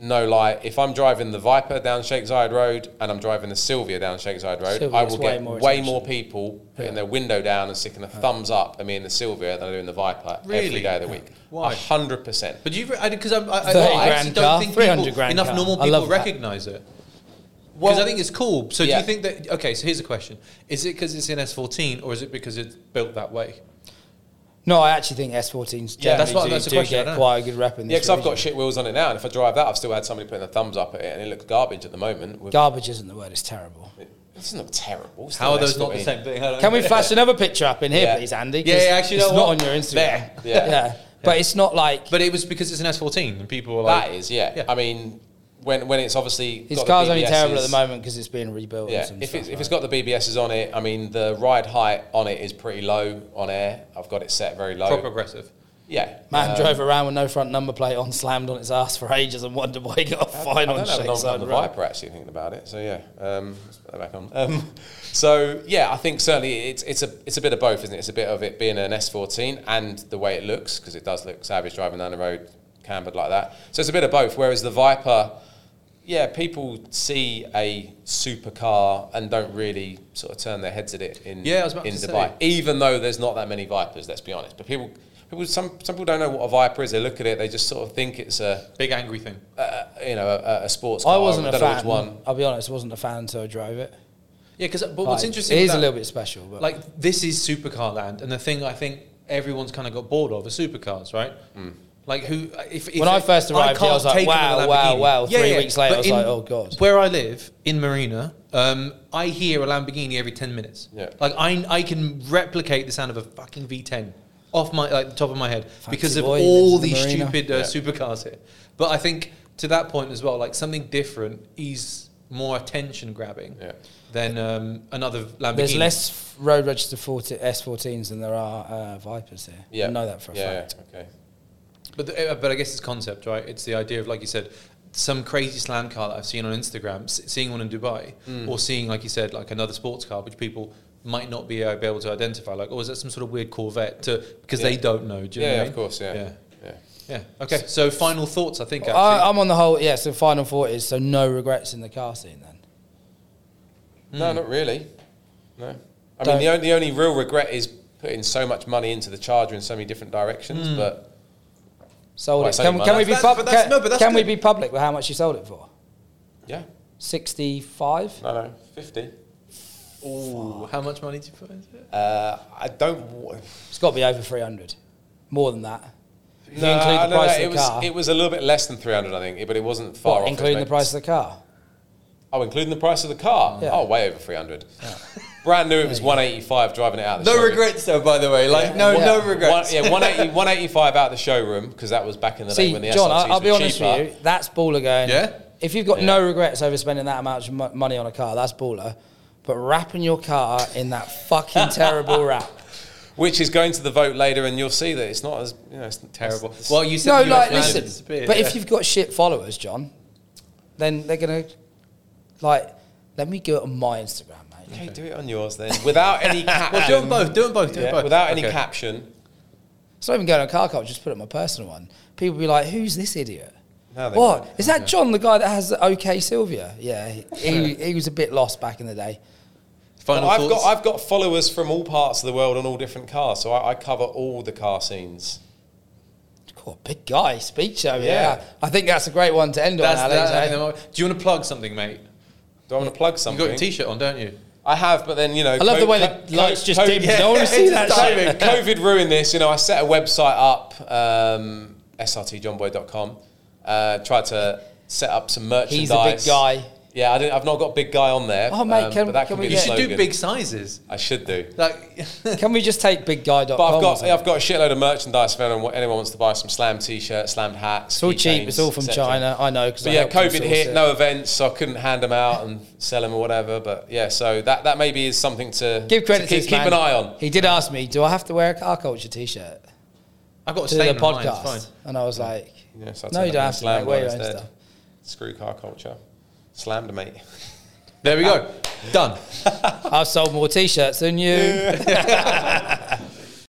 Speaker 3: no lie, if I'm driving the Viper down Shakeside Road and I'm driving the Sylvia down Shakeside Road,
Speaker 2: Sylvia
Speaker 3: I
Speaker 2: gets
Speaker 3: will
Speaker 2: way
Speaker 3: get
Speaker 2: more
Speaker 3: way
Speaker 2: attention.
Speaker 3: more people putting their window down and sticking a thumbs up at me and the Sylvia than I do in the Viper
Speaker 1: Really?
Speaker 3: every day of the week.
Speaker 1: Why?
Speaker 3: A hundred percent.
Speaker 1: But you've because I, I, I,
Speaker 2: 30
Speaker 1: I actually
Speaker 2: grand
Speaker 1: don't
Speaker 2: car,
Speaker 1: think
Speaker 2: 300
Speaker 1: people,
Speaker 2: grand
Speaker 1: enough
Speaker 2: car.
Speaker 1: normal
Speaker 2: I love
Speaker 1: people
Speaker 2: that.
Speaker 1: recognize it. Because
Speaker 3: Well-
Speaker 1: I think it's cool. So do
Speaker 3: Yeah.
Speaker 1: you think that? Okay, so here's a question: Is it because it's in S14, or is it because it's built that way?
Speaker 2: No, I actually think S14s
Speaker 1: Yeah, that's
Speaker 2: generally
Speaker 1: what-
Speaker 2: do,
Speaker 1: that's the
Speaker 2: do
Speaker 1: question, I
Speaker 2: get
Speaker 1: don't know.
Speaker 2: quite a good rep in this
Speaker 3: Yeah, because I've got
Speaker 2: region.
Speaker 3: shit wheels on it now, and if I drive that, I've still had somebody putting a thumbs up at it, and it looks garbage at the moment. With,
Speaker 2: Garbage isn't the word, it's terrible.
Speaker 3: it's not terrible. It's
Speaker 1: How
Speaker 3: still
Speaker 1: are those not the
Speaker 3: S14.
Speaker 1: same thing? I don't
Speaker 2: Can we
Speaker 1: get it.
Speaker 2: flash another picture up in here,
Speaker 3: Yeah.
Speaker 2: please, Andy?
Speaker 1: Yeah,
Speaker 2: 'Cause
Speaker 1: yeah, actually, you
Speaker 2: it's
Speaker 1: know
Speaker 2: not
Speaker 1: what?
Speaker 2: on your Instagram.
Speaker 1: There.
Speaker 3: Yeah.
Speaker 2: yeah. But it's not like
Speaker 1: But it was because it's an S14, and people were like,
Speaker 3: That is, yeah.
Speaker 1: Yeah.
Speaker 3: I mean, when when it's obviously
Speaker 2: His
Speaker 3: got the
Speaker 2: car's only
Speaker 3: BBSs
Speaker 2: terrible at the moment because it's being rebuilt.
Speaker 3: Yeah,
Speaker 2: and some
Speaker 3: if
Speaker 2: stuff,
Speaker 3: it's,
Speaker 2: right?
Speaker 3: if it's got the BBSs on it, I mean the ride height on it is pretty low on air. I've got it set very low.
Speaker 1: proper aggressive.
Speaker 3: Yeah,
Speaker 2: man
Speaker 3: Um,
Speaker 2: drove around with no front number plate on, slammed on its ass for ages, and wondered why he got a
Speaker 3: I
Speaker 2: fine on
Speaker 3: don't have a number on
Speaker 2: Shakeside
Speaker 3: the
Speaker 2: Road.
Speaker 3: Viper actually thinking about it. So yeah, um, let's put that back on. Um, so yeah, I think certainly it's it's a it's a bit of both, isn't it? It's a bit of it being an S14 and the way it looks because it does look savage driving down the road, cambered like that. So it's a bit of both. Whereas the Viper, yeah, people see a supercar and don't really sort of turn their heads at it in
Speaker 1: Yeah, I was about
Speaker 3: in
Speaker 1: to say.
Speaker 3: Dubai, even though there's not that many Vipers. Let's be honest, but people. People, some, some people don't know what a Viper is. They look at it, they just sort of think it's a,
Speaker 1: Big angry thing.
Speaker 3: a you know, a, a sports car.
Speaker 2: I wasn't a
Speaker 3: don't know which
Speaker 2: fan.
Speaker 3: One.
Speaker 2: I'll be honest, wasn't a fan until I drove it.
Speaker 1: Yeah, because but what's
Speaker 2: Like,
Speaker 1: interesting
Speaker 2: It
Speaker 1: with
Speaker 2: is a
Speaker 1: that-
Speaker 2: little bit special, but
Speaker 1: like this is supercar land, and the thing I think everyone's kind of got bored of are supercars, right?
Speaker 3: Hmm.
Speaker 1: Like who? If, if
Speaker 2: When I first arrived here, I was
Speaker 1: can't
Speaker 2: like,
Speaker 1: take
Speaker 2: wow,
Speaker 1: another
Speaker 2: wow,
Speaker 1: Lamborghini.
Speaker 2: wow. Three weeks later,
Speaker 1: But
Speaker 2: I was
Speaker 1: in-
Speaker 2: like, oh, God.
Speaker 1: Where I live in Marina, um, I hear a Lamborghini every ten minutes.
Speaker 3: Yeah.
Speaker 1: Like I, I can replicate the sound of a fucking V10 off my like the top of my head because of
Speaker 2: boy, lives
Speaker 1: all
Speaker 2: in the
Speaker 1: these
Speaker 2: Marina.
Speaker 1: stupid uh,
Speaker 3: Yeah.
Speaker 1: supercars here. But I think to that point as well, like something different is more attention grabbing
Speaker 3: Yeah.
Speaker 1: than um, another Lamborghini.
Speaker 2: there's less road registered 40, S14s than there are uh, Vipers here.
Speaker 3: Yeah.
Speaker 2: I know that for a
Speaker 3: yeah,
Speaker 2: fact.
Speaker 3: Yeah, okay.
Speaker 1: But the, uh, but I guess it's concept, right? It's the idea of like you said, some crazy slam car that I've seen on Instagram, s- seeing one in Dubai, or seeing like you said, like another sports car, which people might not be, uh, be able to identify. Like, oh, is that some sort of weird Corvette? To, because they
Speaker 3: Yeah.
Speaker 1: don't know. Do you know what
Speaker 3: yeah,
Speaker 1: I
Speaker 3: of
Speaker 1: mean?
Speaker 3: course, yeah.
Speaker 1: yeah,
Speaker 3: yeah.
Speaker 1: yeah. Okay, so final thoughts. I think. actually.
Speaker 2: I, I'm on the whole, yeah, so final thought is so no regrets in the car scene then.
Speaker 3: No, not really. No. I
Speaker 2: Hmm. Don't-
Speaker 3: mean, the only, the only real regret is putting so much money into the charger in so many different directions,
Speaker 2: Hmm.
Speaker 3: but
Speaker 2: Sold it.
Speaker 3: Well, I
Speaker 2: Can,
Speaker 3: say
Speaker 2: can we be
Speaker 3: money.
Speaker 1: That's-
Speaker 2: pub-
Speaker 1: but that's-
Speaker 2: can,
Speaker 1: no, but that's
Speaker 2: can we
Speaker 1: good.
Speaker 2: be public with how much you sold it for?
Speaker 3: yeah,
Speaker 2: 65?
Speaker 3: no, no, 50.
Speaker 1: Ooh, how much money did you put into it?
Speaker 3: Uh, I don't. wa-
Speaker 2: It's got to be over 300. More than that. If
Speaker 3: No,
Speaker 2: you include the
Speaker 3: no,
Speaker 2: price
Speaker 3: no,
Speaker 2: of
Speaker 3: it
Speaker 2: the car.
Speaker 3: was it was a little bit less than 300, I think, but it wasn't far
Speaker 2: What,
Speaker 3: off.
Speaker 2: including the price of the car.
Speaker 3: Oh, including the price of the car.
Speaker 2: Yeah.
Speaker 3: Oh, way over 300. Brand new, it was 185 driving it out. of the
Speaker 1: No
Speaker 3: showroom.
Speaker 1: regrets, though. By the way, like no,
Speaker 2: Yeah.
Speaker 1: no
Speaker 2: One-
Speaker 1: regrets.
Speaker 3: One, yeah, 180, 185 out of the showroom because that was back in the day
Speaker 2: See,
Speaker 3: when the
Speaker 2: John,
Speaker 3: SRTs
Speaker 2: I, I'll be
Speaker 3: were
Speaker 2: honest
Speaker 3: cheaper.
Speaker 2: with you. That's baller going.
Speaker 1: Yeah?
Speaker 2: If you've got no regrets over spending that amount of mo- money on a car, that's baller. But wrapping your car in that fucking terrible wrap.
Speaker 3: Which is going to the vote later, and you'll see that it's not as you know, it's terrible.
Speaker 1: Terrible. Well, you said
Speaker 2: No,
Speaker 1: you
Speaker 2: like,
Speaker 1: had plans to
Speaker 2: listen.
Speaker 1: disappear,
Speaker 2: But
Speaker 1: yeah.
Speaker 2: if you've got shit followers, John, then they're gonna like. Let me go on my Instagram, mate.
Speaker 3: okay, do it on yours then, without any caption.
Speaker 1: well, do them both. Do them both. Do
Speaker 3: Yeah,
Speaker 1: them both.
Speaker 3: without any
Speaker 1: Okay.
Speaker 3: caption.
Speaker 2: It's not even going on car cult. Just put it on my personal one. People be like, "Who's this idiot?
Speaker 3: No, they
Speaker 2: what
Speaker 3: won't.
Speaker 2: is that? John, the guy that has the OK Sylvia? Yeah, he, he, he was a bit lost back in the day.
Speaker 1: Final
Speaker 3: Well, I've
Speaker 1: thoughts.
Speaker 3: got I've got followers from all parts of the world on all different cars, so I, I cover all the car scenes.
Speaker 2: Cool, big guy speech show. Yeah.
Speaker 3: Yeah.
Speaker 2: I think that's a great one to end
Speaker 1: That's
Speaker 2: on, Alex.
Speaker 1: that,
Speaker 2: eh?
Speaker 1: Do you want to plug something, mate?
Speaker 3: Do I want to plug
Speaker 1: You've
Speaker 3: something?
Speaker 1: got your T-shirt on, don't you?
Speaker 3: I have, but then you know, I
Speaker 2: love the way the lights just dimmed. No one see that
Speaker 3: COVID, COVID ruined this. You know, I set a website up, um, srtjohnboy.com. Uh, tried to set up some merchandise.
Speaker 2: He's a big guy.
Speaker 3: Yeah, I didn't, I've not got big guy on there. um,
Speaker 2: Oh, mate, can-
Speaker 3: but that
Speaker 2: can
Speaker 3: can,
Speaker 2: we
Speaker 3: be
Speaker 1: You
Speaker 2: get-
Speaker 3: the
Speaker 1: should do
Speaker 3: slogan.
Speaker 1: big sizes.
Speaker 3: I should do.
Speaker 1: Like,
Speaker 2: Can we just take bigguy.com?
Speaker 3: But I've
Speaker 2: or
Speaker 3: got
Speaker 2: something?
Speaker 3: I've got a shitload of merchandise if anyone, anyone wants to buy some slam t-shirts, slammed hats.
Speaker 2: it's all
Speaker 3: keychains,
Speaker 2: cheap. It's all from
Speaker 3: etc.
Speaker 2: China. I know. Cause
Speaker 3: But
Speaker 2: I
Speaker 3: yeah,
Speaker 2: helped them
Speaker 3: COVID
Speaker 2: source
Speaker 3: hit,
Speaker 2: it.
Speaker 3: no events, so I couldn't hand them out and sell them or whatever. But yeah, so that, that maybe is something to
Speaker 2: Give credit
Speaker 3: to
Speaker 2: to
Speaker 3: keep,
Speaker 2: this
Speaker 3: keep
Speaker 2: man.
Speaker 3: an eye on.
Speaker 2: He did ask me, "Do I have to wear a car culture t-shirt
Speaker 1: I've got a
Speaker 2: to the
Speaker 1: statement on mine, it's fine.
Speaker 2: podcast?" And I was like,
Speaker 3: Yeah, so I
Speaker 2: "No,
Speaker 3: turned
Speaker 2: you
Speaker 3: up in
Speaker 2: don't have to.
Speaker 3: slam
Speaker 2: Mate, wear your
Speaker 3: one
Speaker 2: own
Speaker 3: instead.
Speaker 2: stuff."
Speaker 3: Screw car culture, slammed mate.
Speaker 2: Ah.
Speaker 1: There we go. Done.
Speaker 2: I've sold more t-shirts than you.